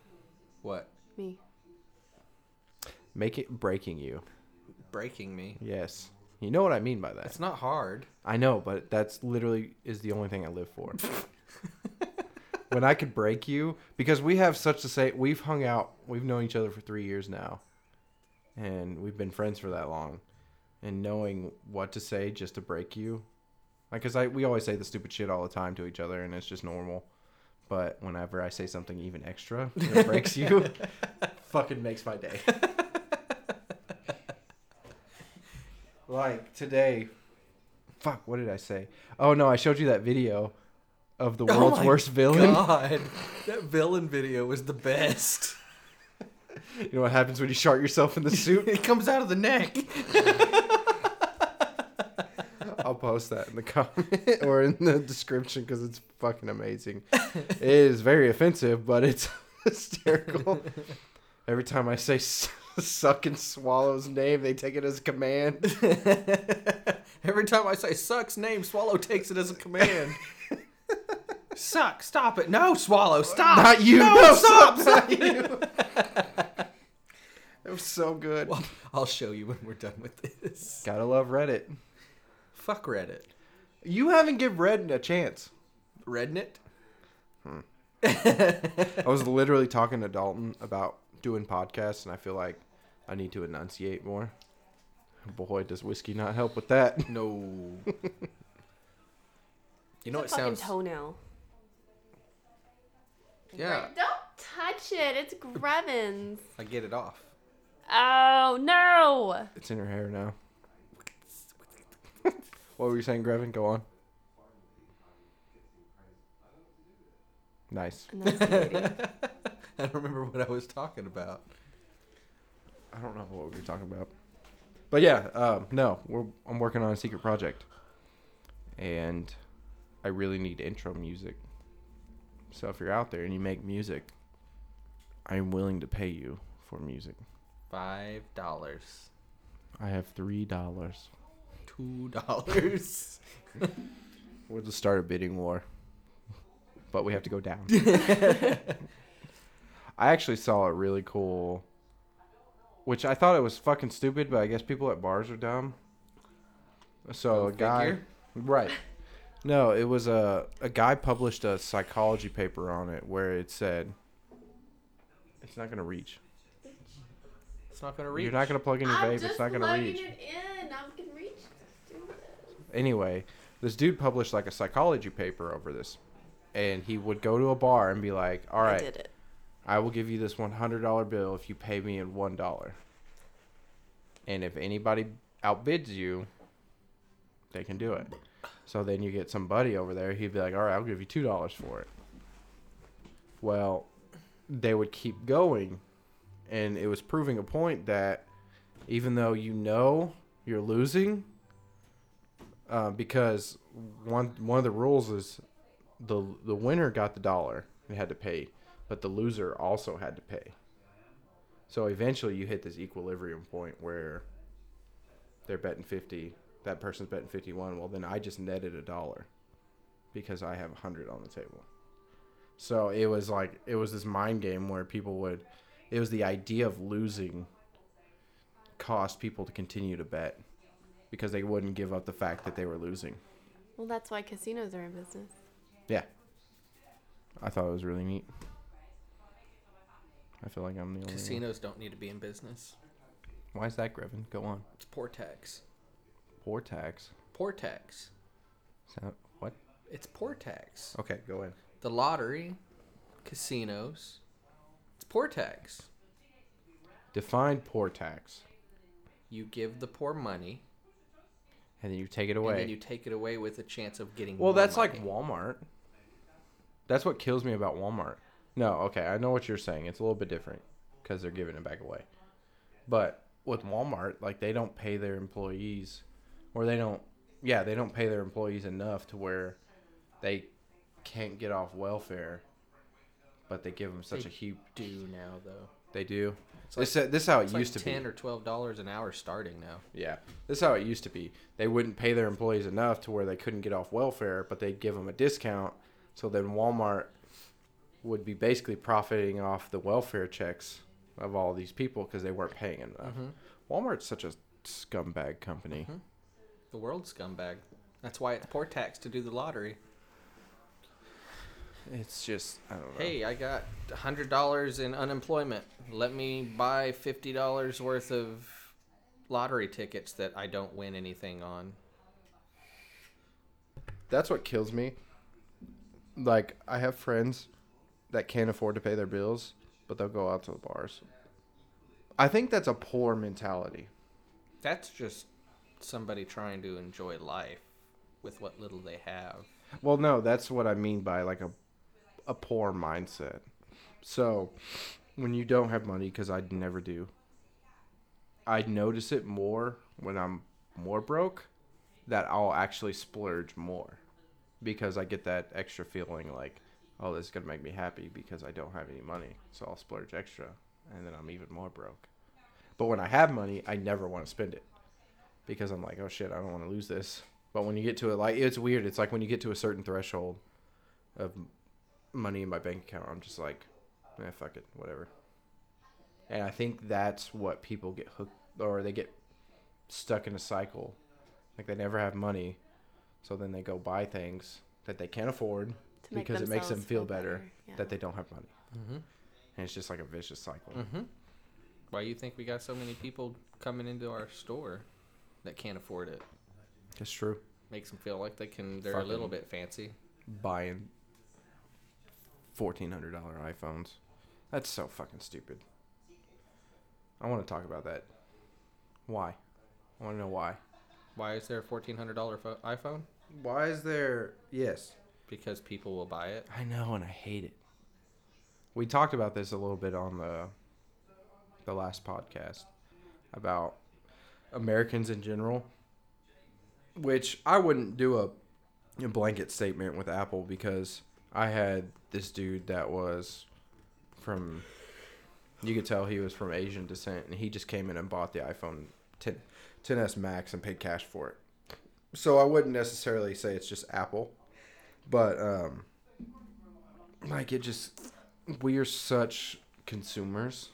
C: What?
B: Me.
A: Make it breaking you.
C: Breaking me.
A: Yes. You know what I mean by that.
C: That's not hard.
A: I know, but that's literally is the only thing I live for. when I could break you, because we have such to say, we've hung out, we've known each other for three years now, and we've been friends for that long, and knowing what to say just to break you, like, cause I we always say the stupid shit all the time to each other, and it's just normal. But whenever I say something even extra, it breaks you. fucking makes my day. like today, fuck. What did I say? Oh no, I showed you that video of the
C: Oh
A: world's
C: my
A: worst villain.
C: God, that villain video was the best.
A: You know what happens when you shart yourself in the suit?
C: it comes out of the neck.
A: I'll post that in the comment or in the description because it's fucking amazing. It is very offensive, but it's hysterical. Every time I say s- suck and swallow's name, they take it as a command.
C: Every time I say suck's name, Swallow takes it as a command. Suck, stop it. No, Swallow, stop.
A: Not you,
C: Ah, No,
A: no,
C: stop.
A: stop, not you. It was so good.
C: Well, I'll show you when we're done with this.
A: Gotta love Reddit.
C: Fuck Reddit.
A: You haven't give Reddit a chance.
C: Rednit?
A: I was literally talking to Dalton about doing podcasts, and I feel like I need to enunciate more. Boy, does whiskey not help with that.
C: No. you know, it
B: it's a fucking
C: sounds.
B: toenail.
C: Yeah,
B: Don't touch it. It's Grevin's.
C: I get it off.
B: Oh no!
A: It's in her hair now. what were you saying, Grevin? Go on. Nice.
C: I don't remember what I was talking about.
A: I don't know what we were talking about. But yeah, um, no, we're, I'm working on a secret project. And I really need intro music. So if you're out there and you make music, I'm willing to pay you for music.
C: Five dollars.
A: I have $3.
C: Two dollars.
A: We'll just start a bidding war. But we have to go down. I actually saw a really cool which I thought it was fucking stupid, but I guess people at bars are dumb. So
C: Go
A: a guy
C: figure.
A: Right. No, it was a a guy published a psychology paper on it where it said it's not gonna reach.
C: It's not gonna reach.
A: You're not gonna plug in your vape. It's not gonna reach.
B: it in. I can reach this.
A: anyway, this dude published like a psychology paper over this, and he would go to a bar and be like, "All
B: I
A: right,
B: did it.
A: I will give you this one hundred dollar bill if you pay me in one dollar. And if anybody outbids you, they can do it. So then you get some buddy over there, he'd be like, Alright, I'll give you two dollars for it. Well, they would keep going and it was proving a point that even though you know you're losing, uh, because one one of the rules is the the winner got the dollar and had to pay, but the loser also had to pay. So eventually, you hit this equilibrium point where they're betting fifty, that person's betting fifty one. Well, then I just netted a dollar because I have a hundred on the table. So it was like it was this mind game where people would, it was the idea of losing caused people to continue to bet because they wouldn't give up the fact that they were losing.
B: Well, that's why casinos are in business.
A: Yeah. I thought it was really neat. I feel like I'm the only one.
C: Casinos don't need to be in business.
A: Why is that, Grevin? Go on.
C: It's poor tax.
A: Poor tax.
C: Poor tax.
A: Sound- What?
C: It's poor tax.
A: Okay, go in.
C: The lottery, casinos. It's poor tax.
A: Define poor tax,
C: You give the poor money,
A: and then you take it
C: and
A: away.
C: then you take it away with a chance of getting.
A: Well,
C: more
A: that's
C: money.
A: like Walmart. That's what kills me about Walmart. No, okay, I know what you're saying. It's a little bit different because they're giving it back away. But with Walmart, like they don't pay their employees, or they don't, yeah, they don't pay their employees enough to where they can't get off welfare, but they give them such
C: They
A: a huge.
C: do now though.
A: They do.
C: It's
A: This this is how it
C: It's
A: used
C: like
A: to be.
C: ten or twelve dollars an hour starting now.
A: Yeah, this is how it used to be. They wouldn't pay their employees enough to where they couldn't get off welfare, but they'd give them a discount. So then Walmart would be basically profiting off the welfare checks of all these people because they weren't paying enough. Walmart's such a scumbag company.
C: The world's scumbag. That's why it's poor tax to do the lottery.
A: It's just I don't know.
C: Hey, I got hundred dollars in unemployment. Let me buy fifty dollars worth of lottery tickets that I don't win anything on.
A: That's what kills me. Like I have friends that can't afford to pay their bills, but they'll go out to the bars. I think that's a poor mentality.
C: That's just somebody trying to enjoy life with what little they have.
A: Well, no, that's what I mean by like a a poor mindset. So, when you don't have money, because I never do, I notice it more when I'm more broke. That I'll actually splurge more because I get that extra feeling like, oh, this is gonna make me happy because I don't have any money, so I'll splurge extra, and then I'm even more broke. But when I have money, I never want to spend it because I'm like, oh shit, I don't want to lose this. But when you get to it, like it's weird. It's like when you get to a certain threshold of m- money in my bank account, I'm just like, eh, fuck it, whatever. And I think that's what people get hooked, or they get stuck in a cycle. Like they never have money, so then they go buy things that they can't afford
B: To make
A: because it makes them
B: themselves
A: feel, better,
B: Yeah.
A: that they don't have money,
C: Mm-hmm.
A: and it's just like a vicious cycle.
C: Mm-hmm. Why do you think we got so many people coming into our store that can't afford it?
A: It's true.
C: Makes them feel like they can. They're a
A: Fucking-
C: little bit fancy.
A: Buying fourteen hundred dollar iPhones, that's so fucking stupid. I want to talk about that. Why? I want to know why.
C: Why is there a fourteen hundred dollar fo- iPhone?
A: Why is there? Yes,
C: Because people will buy it.
A: I know, and I hate it. We talked about this a little bit on the the last podcast about Americans in general, which I wouldn't do a, a blanket statement with Apple because I had this dude that was from you could tell he was from Asian descent and he just came in and bought the iPhone 10 10s Max and paid cash for it. So I wouldn't necessarily say it's just Apple, but um like it just we are such consumers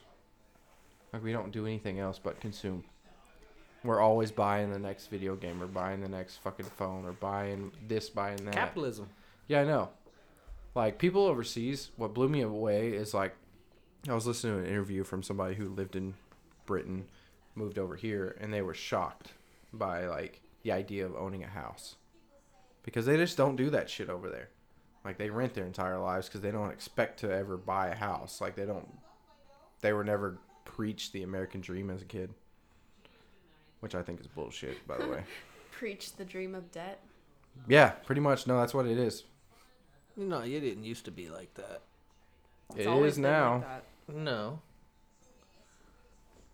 A: like we don't do anything else but consume we're always buying the next video game or buying the next fucking phone or buying this buying that
C: Capitalism.
A: yeah, I know. Like people overseas, what blew me away is like I was listening to an interview from somebody who lived in Britain, moved over here, and they were shocked by like the idea of owning a house. Because they just don't do that shit over there. Like they rent their entire lives because they don't expect to ever buy a house. Like they don't they were never preached the American dream as a kid. Which I think is bullshit, by the way.
B: Preach the dream of debt.
A: yeah, pretty much. No, that's what it is.
C: No, you didn't used to be like that.
B: It's
A: it
B: always
A: is
B: been like
A: now.
B: that.
C: No.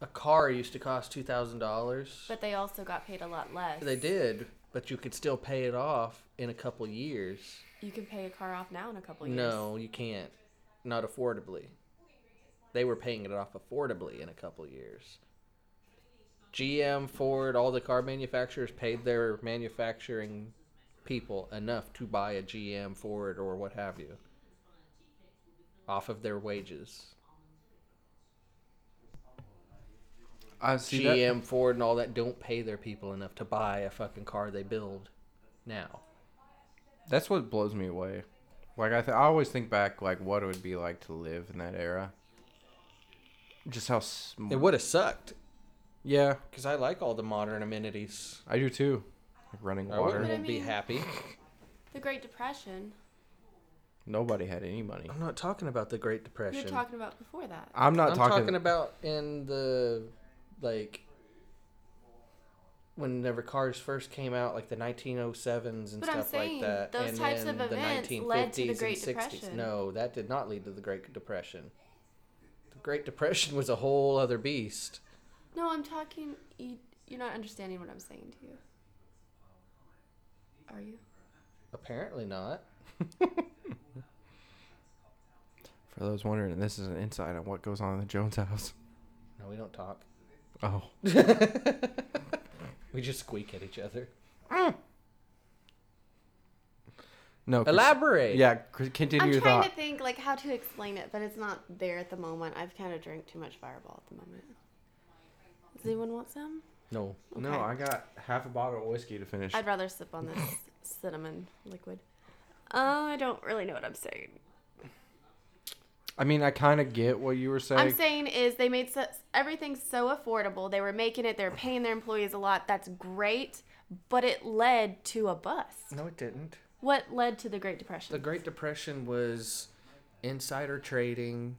C: A car used to cost two thousand dollars.
B: But they also got paid a lot less.
C: They did, but you could still pay it off in a couple years.
B: You can pay a car off now in a couple years.
C: No, you can't. Not affordably. They were paying it off affordably in a couple years. GM, Ford, all the car manufacturers paid their manufacturing people enough to buy a GM, Ford, or what have you off of their wages.
A: I see that.
C: GM, Ford, and all that don't pay their people enough to buy a fucking car they build now.
A: That's what blows me away. Like I, th- I always think back, like what it would be like to live in that era. Just how sm-
C: It would have sucked
A: Yeah,
C: because I like all the modern amenities.
A: I do too. Like running
C: I wouldn't
B: But
A: water.
B: I
C: be
B: mean-
C: happy.
B: The Great Depression.
A: Nobody had any money.
C: I'm not talking about the Great Depression.
B: You're talking about before that.
A: I'm not
C: I'm
A: talking.
C: talking... about in the like whenever cars first came out, like the 1907s and
B: But I'm
C: stuff
B: saying
C: like that.
B: those
C: and
B: types
C: then
B: of
C: the
B: events
C: 1950s
B: led to the
C: and
B: Great
C: 60s.
B: Depression.
C: No, that did not lead to the Great Depression. The Great Depression was a whole other beast.
B: No, I'm talking. You, you're not understanding what I'm saying to you. Are you?
C: Apparently not.
A: For those wondering, this is an insight on what goes on in the Jones house.
C: No, we don't talk.
A: Oh,
C: We just squeak at each other.
A: no. Chris-
C: Elaborate.
A: Yeah, Chris, continue
B: I'm
A: your
B: trying
A: thought.
B: to think like how to explain it, but it's not there at the moment. I've kind of drank too much Fireball at the moment. Does anyone want some?
C: No.
A: No,
B: Okay.
A: I got half a bottle of whiskey to finish.
B: I'd rather sip on this cinnamon liquid. Oh, I don't really know what I'm saying.
A: I mean, I kind of get what you were saying.
B: I'm saying is they made so, everything so affordable. They were making it. They were paying their employees a lot. That's great, but it led to a bust.
C: No, it didn't.
B: What led to the Great
C: The
B: Depression?
C: Great Depression was insider trading,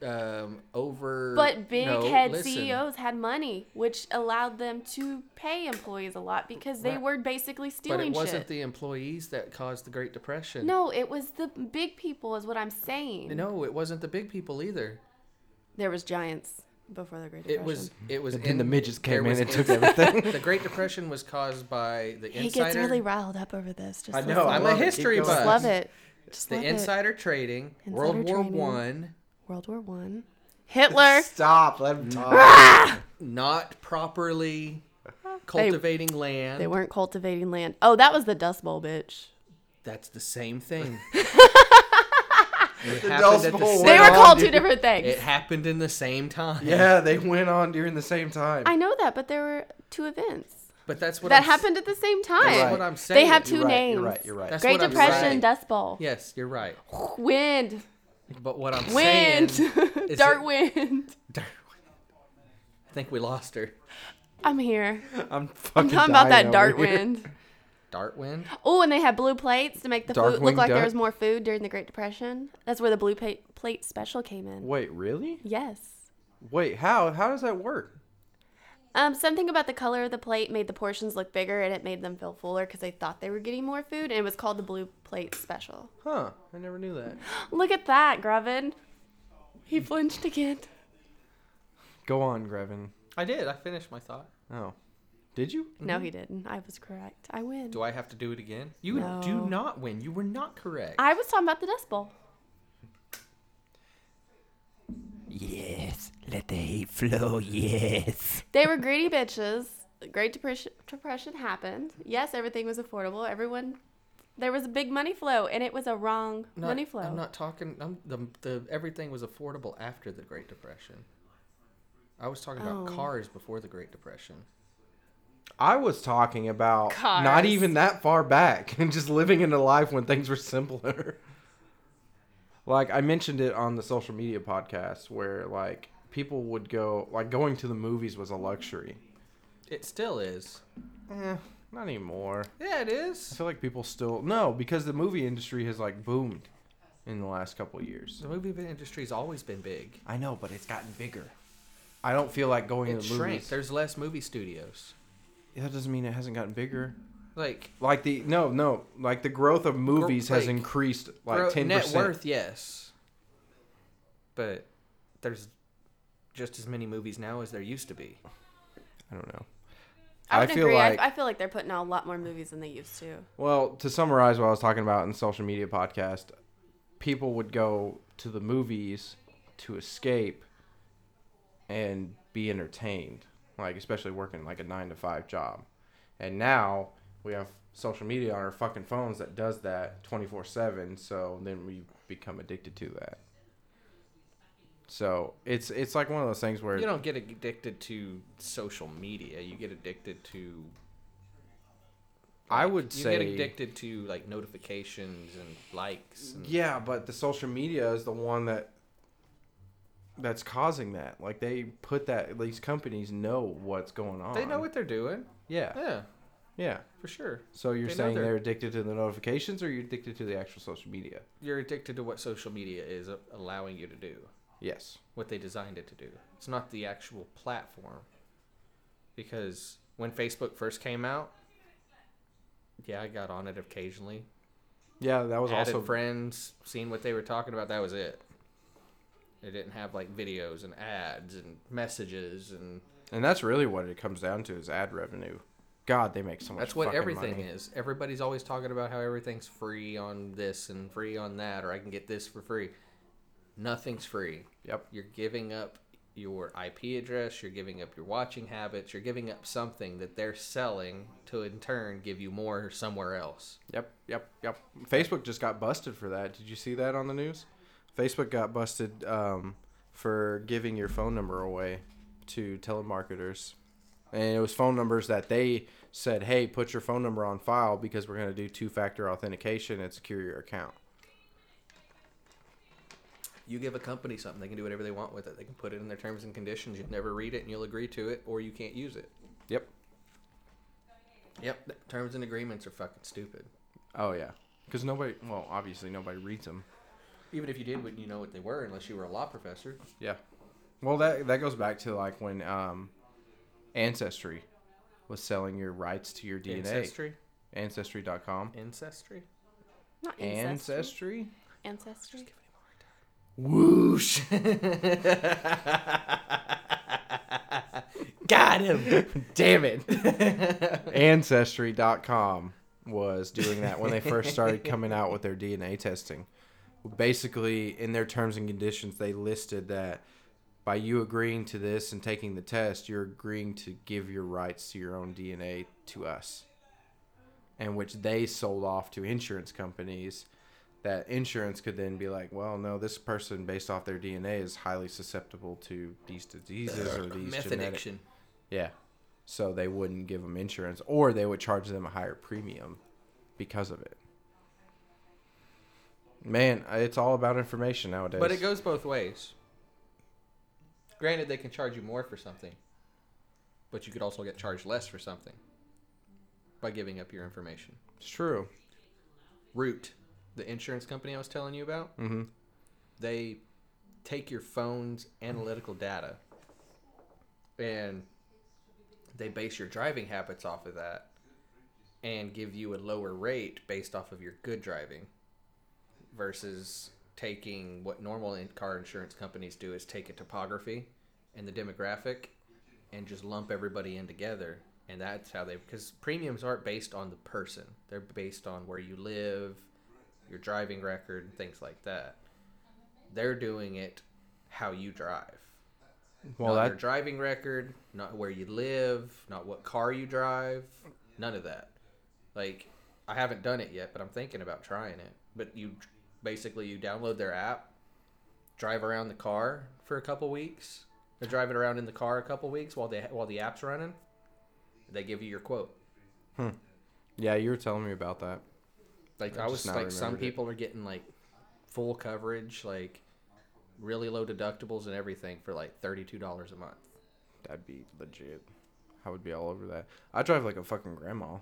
C: um, over.
B: but big
C: No,
B: head E
C: listen.
B: CEOs had money, which allowed them to pay employees a lot because they
C: Right.
B: were basically
C: But
B: stealing
C: it wasn't
B: shit.
C: the employees that caused the Great Depression.
B: no, it was the big people, is what I'm saying.
C: No, it wasn't the big people either.
B: There was giants before the Great Depression.
C: It was. It was.
A: And then the midgets
C: there
A: came in
C: was
A: and took
C: ins-
A: everything.
C: The Great Depression was caused by the
B: He
C: insider.
B: gets really riled up over this. Just
A: I
B: listen.
A: know, I
C: I'm
A: love
C: a
A: it. Keep
C: history
A: going.
C: buff.
A: Just
B: love it. Just
C: The
B: love it.
C: insider trading,
B: Insider
C: World War
B: trading.
C: One,
B: World War One. Hitler.
A: Stop. Let him talk.
C: not properly cultivating land.
B: They weren't cultivating land. Oh, that was the Dust Bowl, bitch.
C: That's the same thing. it
A: Dust
C: happened, at the
A: Bowl
C: same,
B: They
A: Went
B: were
A: on,
B: called two
A: dude.
B: different things.
C: it happened in the same time.
A: yeah, they went on during the same time.
B: I know that, but there were two events
C: But that's what
B: that
C: I'm s-
B: happened at the same time.
C: That's what I'm
B: They
C: saying.
B: have
A: You're
B: two
A: right,
B: names.
A: You're right. You're right.
C: That's
B: Great
C: what I'm
B: Depression,
C: saying.
B: Dust Bowl.
C: Yes, you're right.
B: Wind.
C: But what I'm
B: Wind.
C: saying, is
B: Dark
C: it-
B: wind.
C: Darwin. I think we lost her.
B: I'm here.
A: I'm
B: I'm
A: fucking
B: talking about
A: dying
B: that
A: over
B: dart
A: here.
B: wind.
C: Dartwind.
B: Oh, and they had blue plates to make the
A: Dark
B: food
A: winged
B: look like
A: duck?
B: there was more food during the Great Depression. That's where the blue pa- plate special came in.
A: Wait, really?
B: Yes.
A: Wait, how? How does that work?
B: Um, something about the color of the plate made the portions look bigger, and it made them feel fuller because they thought they were getting more food. And it was called the Blue Plate Special.
A: Huh? I never knew that.
B: Look at that, Grovin. He flinched again.
A: Go on, Grevin.
C: I did. I finished my thought.
A: Oh, did you?
B: No, he didn't. I was correct. I win.
C: Mm-hmm. Do I have to do it again? You
B: No.
C: do not win. You were not correct.
B: I was talking about the Dust Bowl.
D: Yes, let the hate flow, yes.
B: They were greedy bitches. The Great Depression, Depression happened. Yes, everything was affordable. Everyone, there was a big money flow, and it was a wrong
C: Not-
B: money flow.
C: I'm not talking. I'm, the, the everything was affordable after the Great Depression. I was talking about
B: Oh.
C: cars before the Great Depression.
A: I was talking about not
B: Cars.
A: even that far back and just living in a life when things were simpler. like I mentioned it on the social media podcast where like people would go like going to the movies was a luxury.
C: It still is.
A: Eh, not anymore.
C: Yeah, it
A: I
C: is.
A: feel like people still no because the movie industry has like boomed in the last couple years.
C: The movie industry's always been big.
A: I know, but it's gotten bigger. I don't feel like going
C: It
A: to the
C: shrank.
A: movies.
C: There's less movie studios.
A: That doesn't mean it hasn't gotten bigger.
C: Like,
A: Like the no no like the growth of movies has
C: like,
A: increased
C: gro-
A: like ten
C: net
A: percent.
C: worth, yes. But there's just as many movies now as there used to be.
A: I don't know.
B: I would
A: I feel
B: agree.
A: like-
B: I, I feel like they're putting out a lot more movies than they used to.
A: Well, to summarize what I was talking about in the social media podcast, people would go to the movies to escape and be entertained, like especially working like a 9 to 5 job. And now we have social media on our fucking phones that does that 24/7, so then we become addicted to that. So, it's it's like one of those things where
C: You don't get addicted to social media. You get addicted to
A: I
C: Like,
A: would
C: you
A: say
C: get addicted to like notifications and likes. And,
A: Yeah, but the social media is the one that that's causing that. Like they put that these companies know what's going on.
C: They know what they're doing.
A: Yeah.
C: Yeah,
A: Yeah.
C: for sure.
A: So you're
C: They know
A: saying
C: they're-
A: they're addicted to the notifications or you're addicted to the actual social media?
C: You're addicted to what social media is uh, allowing you to do,
A: Yes.
C: what they designed it to do. It's not the actual platform. Because when Facebook first came out, yeah, I got on it occasionally.
A: Yeah, that was
C: Added
A: also
C: friends, seen what they were talking about. That was it. They didn't have like videos and ads and messages and
A: And that's really what it comes down to is ad revenue. God, they make so much
C: That's what
A: fucking
C: everything
A: money.
C: is. Everybody's always talking about how everything's free on this and free on that, or I can get this for free. Nothing's free.
A: Yep.
C: You're giving up your IP address, you're giving up your watching habits, you're giving up something that they're selling to in turn give you more somewhere else.
A: Yep, yep, yep. Facebook just got busted for that. Did you see that on the news? Facebook got busted um, for giving your phone number away to telemarketers. And it was phone numbers that they said, hey, put your phone number on file because we're going to do two factor authentication and secure your account.
C: You give a company something, they can do whatever they want with it. They can put it in their terms and conditions. You'll never read it and you'll agree to it, or you can't use it.
A: Yep.
C: Yep, th- terms and agreements are fucking stupid.
A: Oh, yeah. Because nobody, well, obviously nobody reads them.
C: Even if you did, wouldn't you know what they were unless you were a law professor?
A: Yeah. Well, that that goes back to like when um, Ancestry was selling your rights to your DNA.
C: Ancestry?
A: Ancestry.com.
C: Ancestry?
B: Not ancestry.
A: Ancestry?
B: Ancestry.
C: Whoosh! Got him!
A: Damn it. Ancestry.com was doing that when they first started coming out with their DNA testing. Basically, in their terms and conditions, they listed that by you agreeing to this and taking the test, you're agreeing to give your rights to your own DNA to us. And which they sold off to insurance companies that insurance could then be like, well, no, this person, based off their DNA, is highly susceptible to these diseases or these
C: Meth
A: genetic
C: addiction.
A: yeah. So they wouldn't give them insurance or they would charge them a higher premium because of it. Man, uh, it's all about information nowadays.
C: But it goes both ways. Granted, they can charge you more for something, but you could also get charged less for something by giving up your information.
A: it's true.
C: Root, the insurance company I was telling you about,
A: hmm
C: they take your phone's analytical data and they base your driving habits off of that and give you a lower rate based off of your good driving versus taking what normal in- car insurance companies do is take a topography and the demographic and just lump everybody in together and that's how they because premiums aren't based on the person they're based on where you live your driving record things like that they're doing it how you drive.
A: Well,
C: not
A: that
C: your driving record, not where you live, not what car you drive, none of that. Like, I haven't done it yet, but I'm thinking about trying it. But you basically you download their app, drive around the car for a couple weeks, or drive it around in the car a couple weeks while they while the app's running. They give you your quote.
A: yeah, you were telling me about that.
C: Like
A: I
C: I,
A: just
C: was
A: now
C: like, some
A: remembered it.
C: people are getting like full coverage, like really low deductibles and everything for like thirty-two dollars a month.
A: That'd be legit. I would be all over that. I drive like a fucking grandma.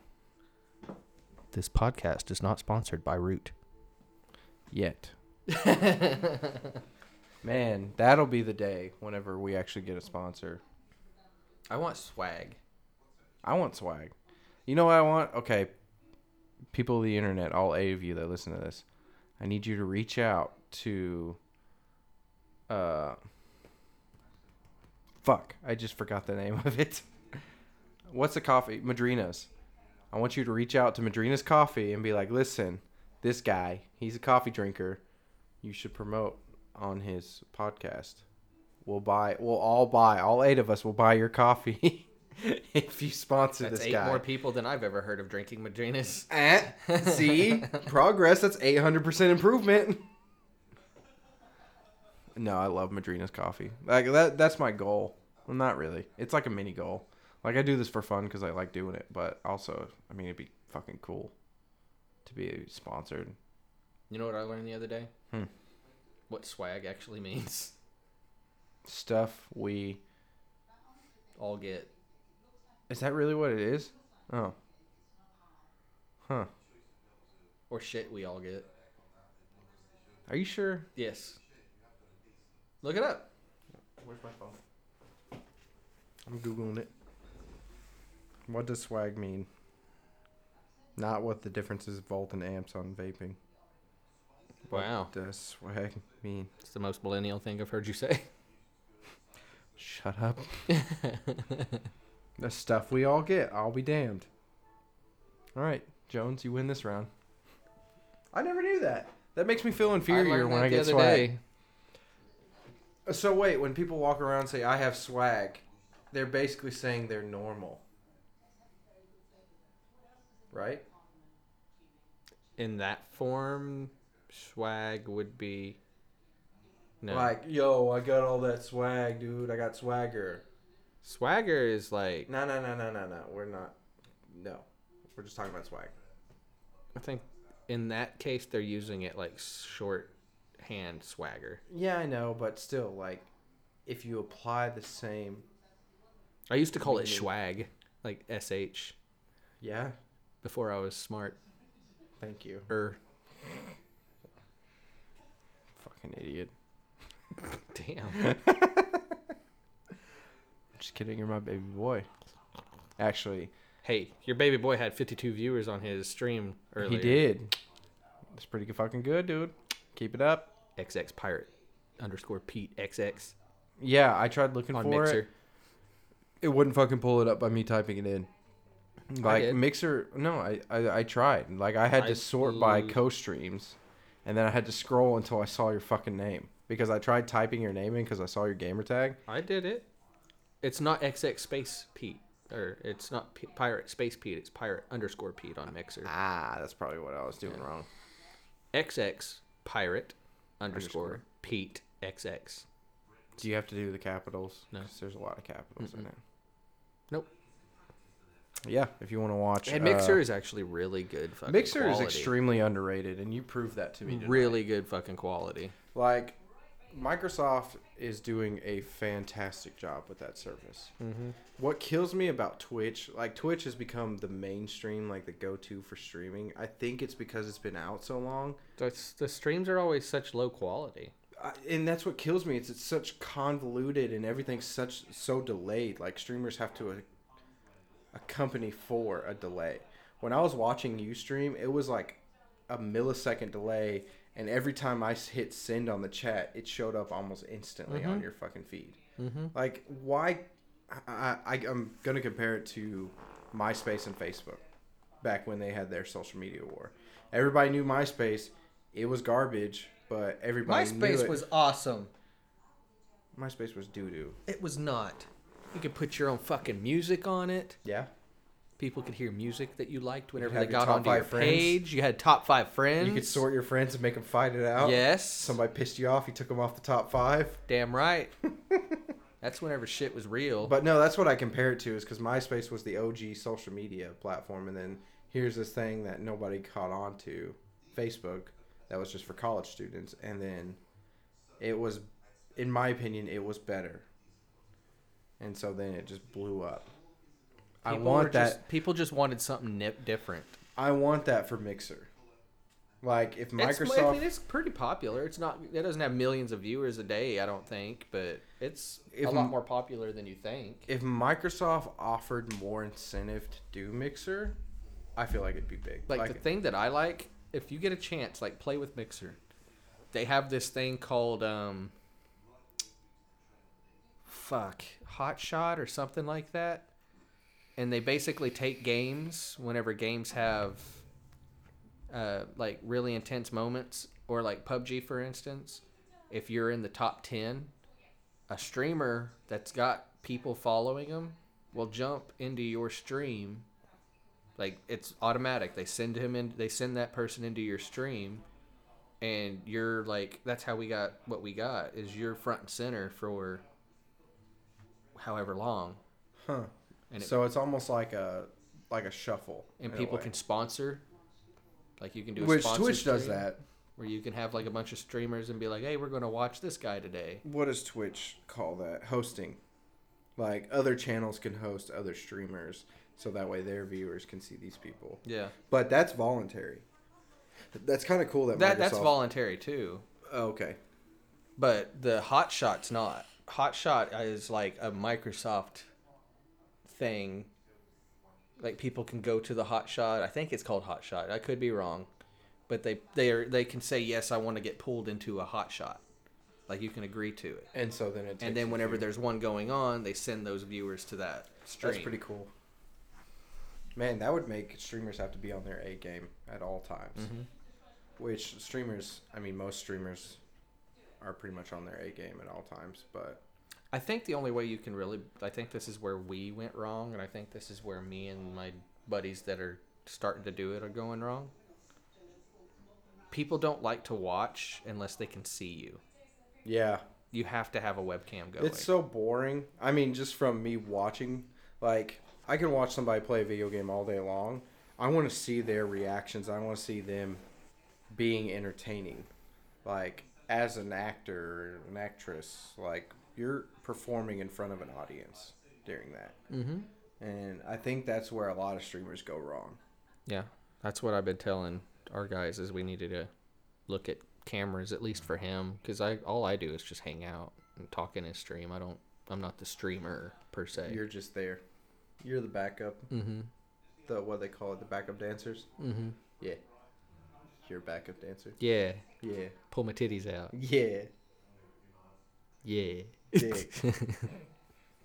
C: This podcast is not sponsored by Root.
A: Yet. Man, that'll be the day whenever we actually get a sponsor.
C: I want swag.
A: I want swag. You know what I want? Okay, people of the internet, all eight of you that listen to this, I need you to reach out to. Uh, fuck, I just forgot the name of it. What's the coffee? Madrina's. I want you to reach out to Madrina's Coffee and be like, listen, this guy, he's a coffee drinker. You should promote on his podcast. We'll buy, we'll all buy, all eight of us will buy your coffee if you sponsor
C: That's
A: this
C: eight
A: guy.
C: more people than I've ever heard of drinking Madrinas.
A: Eh, see, progress. That's eight hundred percent improvement. No, I love Madrina's coffee. Like that. That's my goal. Well, not really. It's like a mini goal. Like I do this for fun because I like doing it, but also, I mean, it'd be fucking cool to be sponsored.
C: You know what I learned the other day?
A: Hmm.
C: What swag actually means.
A: Stuff we
C: All get.
A: is that really what it is? Oh, huh.
C: Or shit we all get.
A: Are you sure?
C: Yes. Look it up.
A: Where's my phone? I'm googling it. What does swag mean? Not what the difference is volt and amps on vaping.
C: Wow.
A: Does swag mean?
C: It's the most millennial thing I've heard you say.
A: Shut up. the stuff we all get. I'll be damned. All right, Jones, you win this round. I never knew that. That makes me feel inferior when I get swag. So wait, when people walk around and say I have swag, they're basically saying they're normal. Right?
C: In that form, swag would be. No.
A: Like, yo, I got all that swag, dude. I got swagger.
C: Swagger is like.
A: No, no, no, no, no, no. We're not. No. We're just talking about swag.
C: I think in that case, they're using it like short hand swagger.
A: Yeah, I know, but still, like, if you apply the same.
C: I used to call it
A: Mhm.
C: swag, like SH,
A: Yeah,
C: before I was smart.
A: thank you.
C: Er,
A: Fucking idiot.
C: damn.
A: Just kidding, you're my baby boy. Actually,
C: hey, your baby boy had 52 viewers on his stream earlier.
A: he did. It's pretty good- fucking good, dude. Keep it up.
C: XX pirate underscore Pete XX
A: Yeah, I tried looking
C: on
A: for
C: Mixer.
A: it. It wouldn't fucking pull it up by me typing it in. Like
C: did.
A: Mixer, no, I, I I tried. Like I had
C: I
A: to sort by
C: l-
A: co-streams, and then I had to scroll until I saw your fucking name because I tried typing your name in because I saw your gamer tag.
C: I did it. It's not XX space Pete. Or it's not P- pirate space Pete. It's pirate underscore Pete on Mixer.
A: Ah, that's probably what I was doing
C: Yeah.
A: wrong.
C: XX pirate underscore Pete XX.
A: Do you have to do the capitals?
C: No.
A: 'Cause there's a lot of capitals in it.
C: Nope.
A: Yeah, if you want to watch.
C: And
A: uh,
C: Mixer is actually really good. Fucking
A: Mixer
C: quality.
A: is extremely underrated, and you proved that to me. tonight.
C: really good fucking quality.
A: Like, Microsoft is doing a fantastic job with that service. What kills me about Twitch, like, Twitch has become the mainstream, like, the go to for streaming. I think it's because it's been out so long.
C: The, the streams are always such low quality.
A: I, and that's what kills me. It's, it's such convoluted and everything's such so delayed. Like, streamers have to a, accompany for a delay. When I was watching you stream, it was like a millisecond delay, and every time I s- hit send on the chat, it showed up almost instantly on your fucking feed. Like, why? I, I, I'm gonna compare it to MySpace and Facebook back when they had their social media war. Everybody knew MySpace; it was garbage, but everybody knew
E: MySpace
A: it.
E: was awesome.
A: MySpace was doo doo.
E: It was not.
C: You could put your own fucking music on it.
A: Yeah.
C: People could hear music that you liked whenever
A: have
C: they
A: your
C: got
A: top
C: onto your
A: five friends.
C: page. You had top five friends.
A: You could sort your friends and make them fight it out.
C: Yes.
A: Somebody pissed you off. You took them off the top five.
C: Damn right. That's whenever shit was real.
A: But no, that's what I compare it to is because MySpace was the OG social media platform, and then here's this thing that nobody caught on to, Facebook, that was just for college students, and then it was, in my opinion, it was better. And so then it just blew up. I
C: People were
A: want that.
C: just- people just wanted something nip different.
A: I want that for Mixer. Like if
C: It's- I
A: Microsoft,
C: mean, it's pretty popular. It's not. It doesn't have millions of viewers a day. I don't think, but it's
A: If
C: a lot
A: m-
C: more popular than you think.
A: if Microsoft offered more incentive to do Mixer, I feel like it'd be big.
C: like, the thing that I like, if you get a chance, like play with Mixer. They have this thing called um fuck, Hot Shot or something like that. And they basically take games whenever games have uh like really intense moments or like PUBG for instance, if you're in the top 10, a streamer that's got people following them will jump into your stream like it's automatic they send him in they send that person into your stream and you're like that's how we got what we got is you're front and center for however long
A: huh?
C: and it,
A: so it's almost like a like a shuffle.
C: and
A: in a
C: people
A: way.
C: can sponsor. Like you can do a
A: which
C: sponsor
A: Twitch does
C: stream
A: that.
C: where you can have like a bunch of streamers and be like, hey, we're going to watch this guy today.
A: What does Twitch call that? Hosting. Like other channels can host other streamers, so that way their viewers can see these people.
C: Yeah,
A: But that's voluntary. That's kind of cool that,
C: that that's
A: Microsoft-
C: voluntary too.
A: Oh, okay.
C: But the hot shot's not. Hot shot is like a Microsoft thing. Like people can go to the hot shot. I think it's called hot shot. I could be wrong, but they they are they can say yes. I want to get pulled into a hot shot. Like you can agree to it,
A: And so then it. Takes
C: and
A: a
C: then whenever
A: few-
C: there's one going on, they send those viewers to that stream.
A: that's pretty cool. Man, that would make streamers have to be on their A game at all times. Which streamers, I mean, most streamers are pretty much on their A game at all times. But
C: I think the only way you can really, I think this is where we went wrong, and I think this is where me and my buddies that are starting to do it are going wrong. People don't like to watch unless they can see you.
A: yeah,
C: You have to have a webcam going.
A: It's so boring. I mean, just from me watching, like I can watch somebody play a video game all day long. I want to see their reactions. I want to see them being entertaining. Like as an actor, or an actress, like you're performing in front of an audience during that.
C: mm-hmm.
A: And I think that's where a lot of streamers go wrong.
C: Yeah, that's what I've been telling our guys is we needed to look at cameras at least for him because I all I do is just hang out and talk in his stream. I don't. I'm not the streamer per se.
A: You're just there. You're the backup.
C: mm-hmm.
A: The what they call it, the backup dancers.
C: Mm-hmm.
A: Yeah. You're a backup dancer.
C: Yeah.
A: Yeah.
C: Pull my titties out.
A: Yeah.
C: Yeah.
A: dick.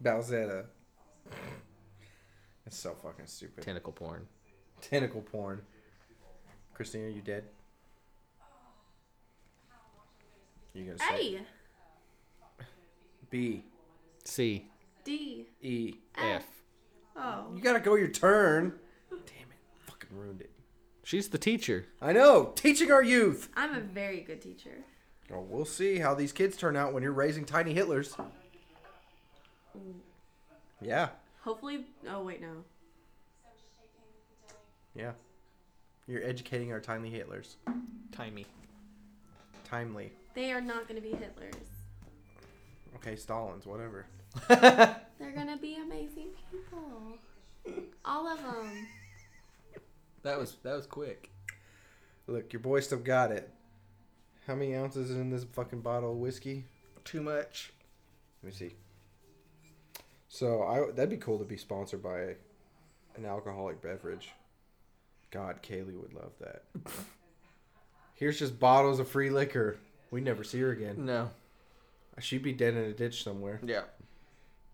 A: Balzetta. That's so fucking stupid.
C: Tentacle porn.
A: Tentacle porn. Christina, you dead? You gonna say
B: A
A: B
C: C
B: D
A: E?
B: F.
C: F.
B: Oh.
A: You gotta go your turn. Damn it! Fucking ruined it.
C: She's the teacher.
A: I know. Teaching our youth.
B: I'm a very good teacher.
A: Well, we'll see how these kids turn out when you're raising tiny Hitlers. Yeah.
B: Hopefully. Oh wait, no.
A: Yeah. You're educating our tiny Hitlers.
C: Timey.
A: Timely.
B: They are not going to be Hitlers.
A: Okay, Stalin's, whatever.
B: They're going to be amazing people. All of them.
C: That was that was quick.
A: Look, your boy still got it. How many ounces is in this fucking bottle of whiskey?
C: Too much.
A: Let me see. So I that'd be cool to be sponsored by an alcoholic beverage. God, Kaylee would love that. Here's just bottles of free liquor. We never see her again.
C: No.
A: She'd be dead in a ditch somewhere.
C: Yeah.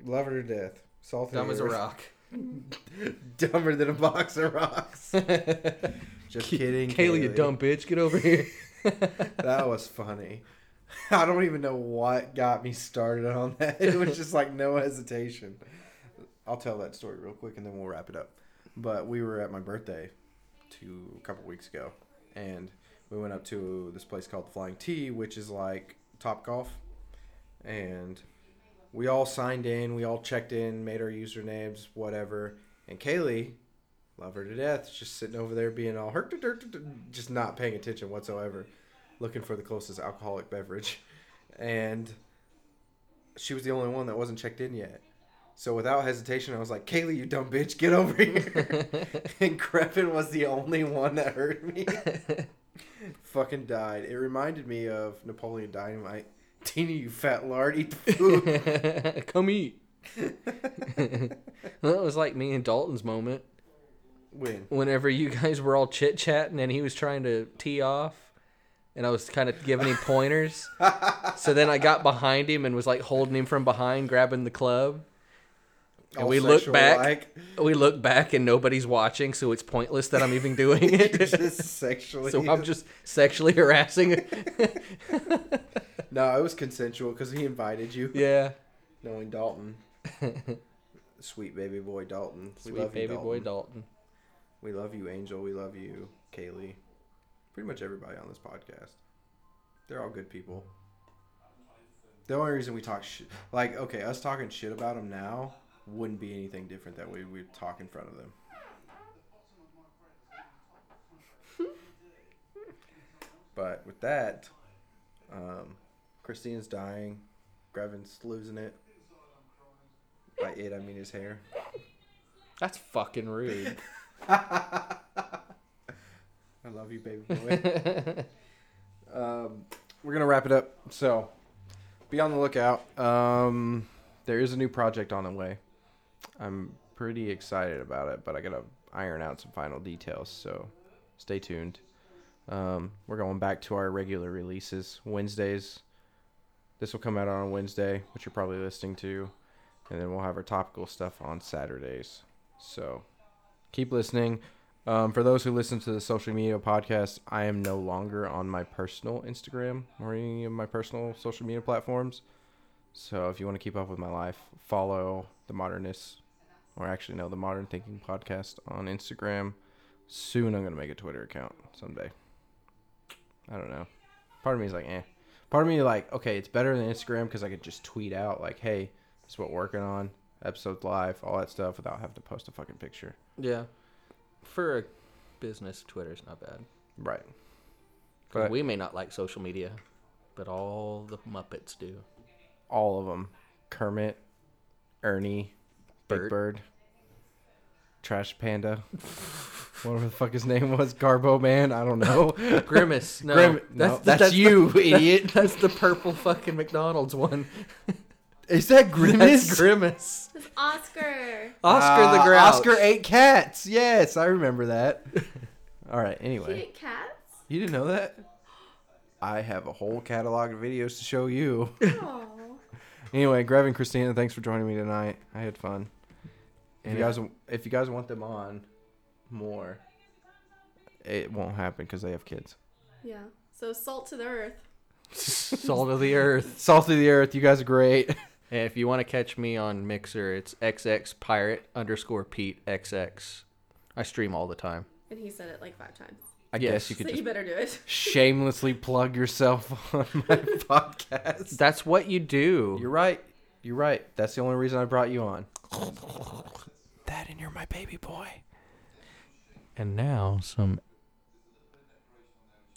A: Love her to death. Salt
C: Dumb as a rock.
A: Dumber than a box of rocks. Just kidding.
C: Kaylee, you dumb bitch. Get over here.
A: That was funny. I don't even know what got me started on that. It was just like no hesitation. I'll tell that story real quick and then we'll wrap it up. But we were at my birthday two a couple weeks ago and we went up to this place called the Flying T, which is like Top Golf. And we all signed in, we all checked in, made our usernames, whatever. And Kaylee, love her to death, just sitting over there being all hurt, just not paying attention whatsoever looking for the closest alcoholic beverage, and she was the only one that wasn't checked in yet. So without hesitation, I was like, "Kaylee, you dumb bitch, get over here!" and Crepin was the only one that heard me. Fucking died. It reminded me of Napoleon Dynamite. Tina, you fat lard, eat the food.
C: Come eat. that was like me and Dalton's moment.
A: Win.
C: Whenever you guys were all chit chatting and he was trying to tee off, and I was kind of giving him pointers. so then I got behind him and was like holding him from behind, grabbing the club. And we look back. We look back and nobody's watching, so it's pointless that I'm even doing it.
A: just sexually.
C: so I'm just sexually harassing.
A: No, it was consensual because he invited you.
C: yeah,
A: Knowing Dalton. Sweet baby boy Dalton. We
C: sweet
A: love you,
C: baby boy
A: Dalton.
C: Dalton.
A: We love you, Angel. We love you, Kaylee. Pretty much everybody on this podcast. They're all good people. The only reason we talk shit, like, okay, us talking shit about them now wouldn't be anything different that we would talk in front of them. but with that, um, Christina's dying. Grevin's losing it. By it, I mean his hair.
C: That's fucking rude.
A: I love you, baby boy. um, we're gonna wrap it up. So be on the lookout. Um, there is a new project on the way. I'm pretty excited about it, but I gotta iron out some final details. So stay tuned. Um, we're going back to our regular releases Wednesdays. This will come out on Wednesday, which you're probably listening to, and then we'll have our topical stuff on Saturdays. So keep listening. Um, for those who listen to the social media podcast, I am no longer on my personal Instagram or any of my personal social media platforms. So if you want to keep up with my life, follow the Modernists, or actually no, the Modern Thinking Podcast on Instagram. Soon I'm gonna make a Twitter account someday. I don't know. Part of me is like, eh. Part of me like, okay, it's better than Instagram because I could just tweet out like, hey, this is what we're working on, episodes live, all that stuff, without having to post a fucking picture.
C: yeah. For a business, Twitter's not bad.
A: Right.
C: 'Cause
A: But-
C: we may not like social media, but all the Muppets do.
A: all of them Kermit, Ernie, Big
C: Bert.
A: Bird, Trash Panda, whatever the fuck his name was, Garbo Man, I don't know.
C: Grimace. No,
A: Grim- no, that's you, idiot.
C: That's the purple fucking McDonald's one.
A: Is that
C: That's Grimace.
B: It's Oscar.
C: Oscar the
A: Uh,
C: Grouch.
A: Oscar ate cats. Yes, I remember that. All right,
B: He
A: anyway.
B: ate cats?
A: You didn't know that? I have a whole catalog of videos to show you.
B: Oh.
A: Anyway, Greg and Christina, thanks for joining me tonight. I had fun. If you guys, if you guys want them on more, it won't happen because they have kids.
B: yeah. So salt to the earth.
C: Salt of the Earth.
A: Salt of the earth, you guys are great.
C: And if you want to catch me on Mixer, it's XX Pirate underscore Pete XX. I stream all the time.
B: And he said it like five times.
A: I
C: Yes.
A: guess you could
B: so
A: just
B: you better do it.
A: shamelessly plug yourself on my podcast.
C: That's what you do.
A: You're right. You're right. That's the only reason I brought you on. That and you're my baby boy.
C: And now some.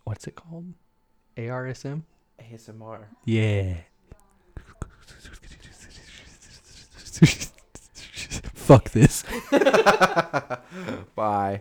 C: What's it called? ARSM?
A: ASMR.
D: Yeah. Fuck this.
A: Bye.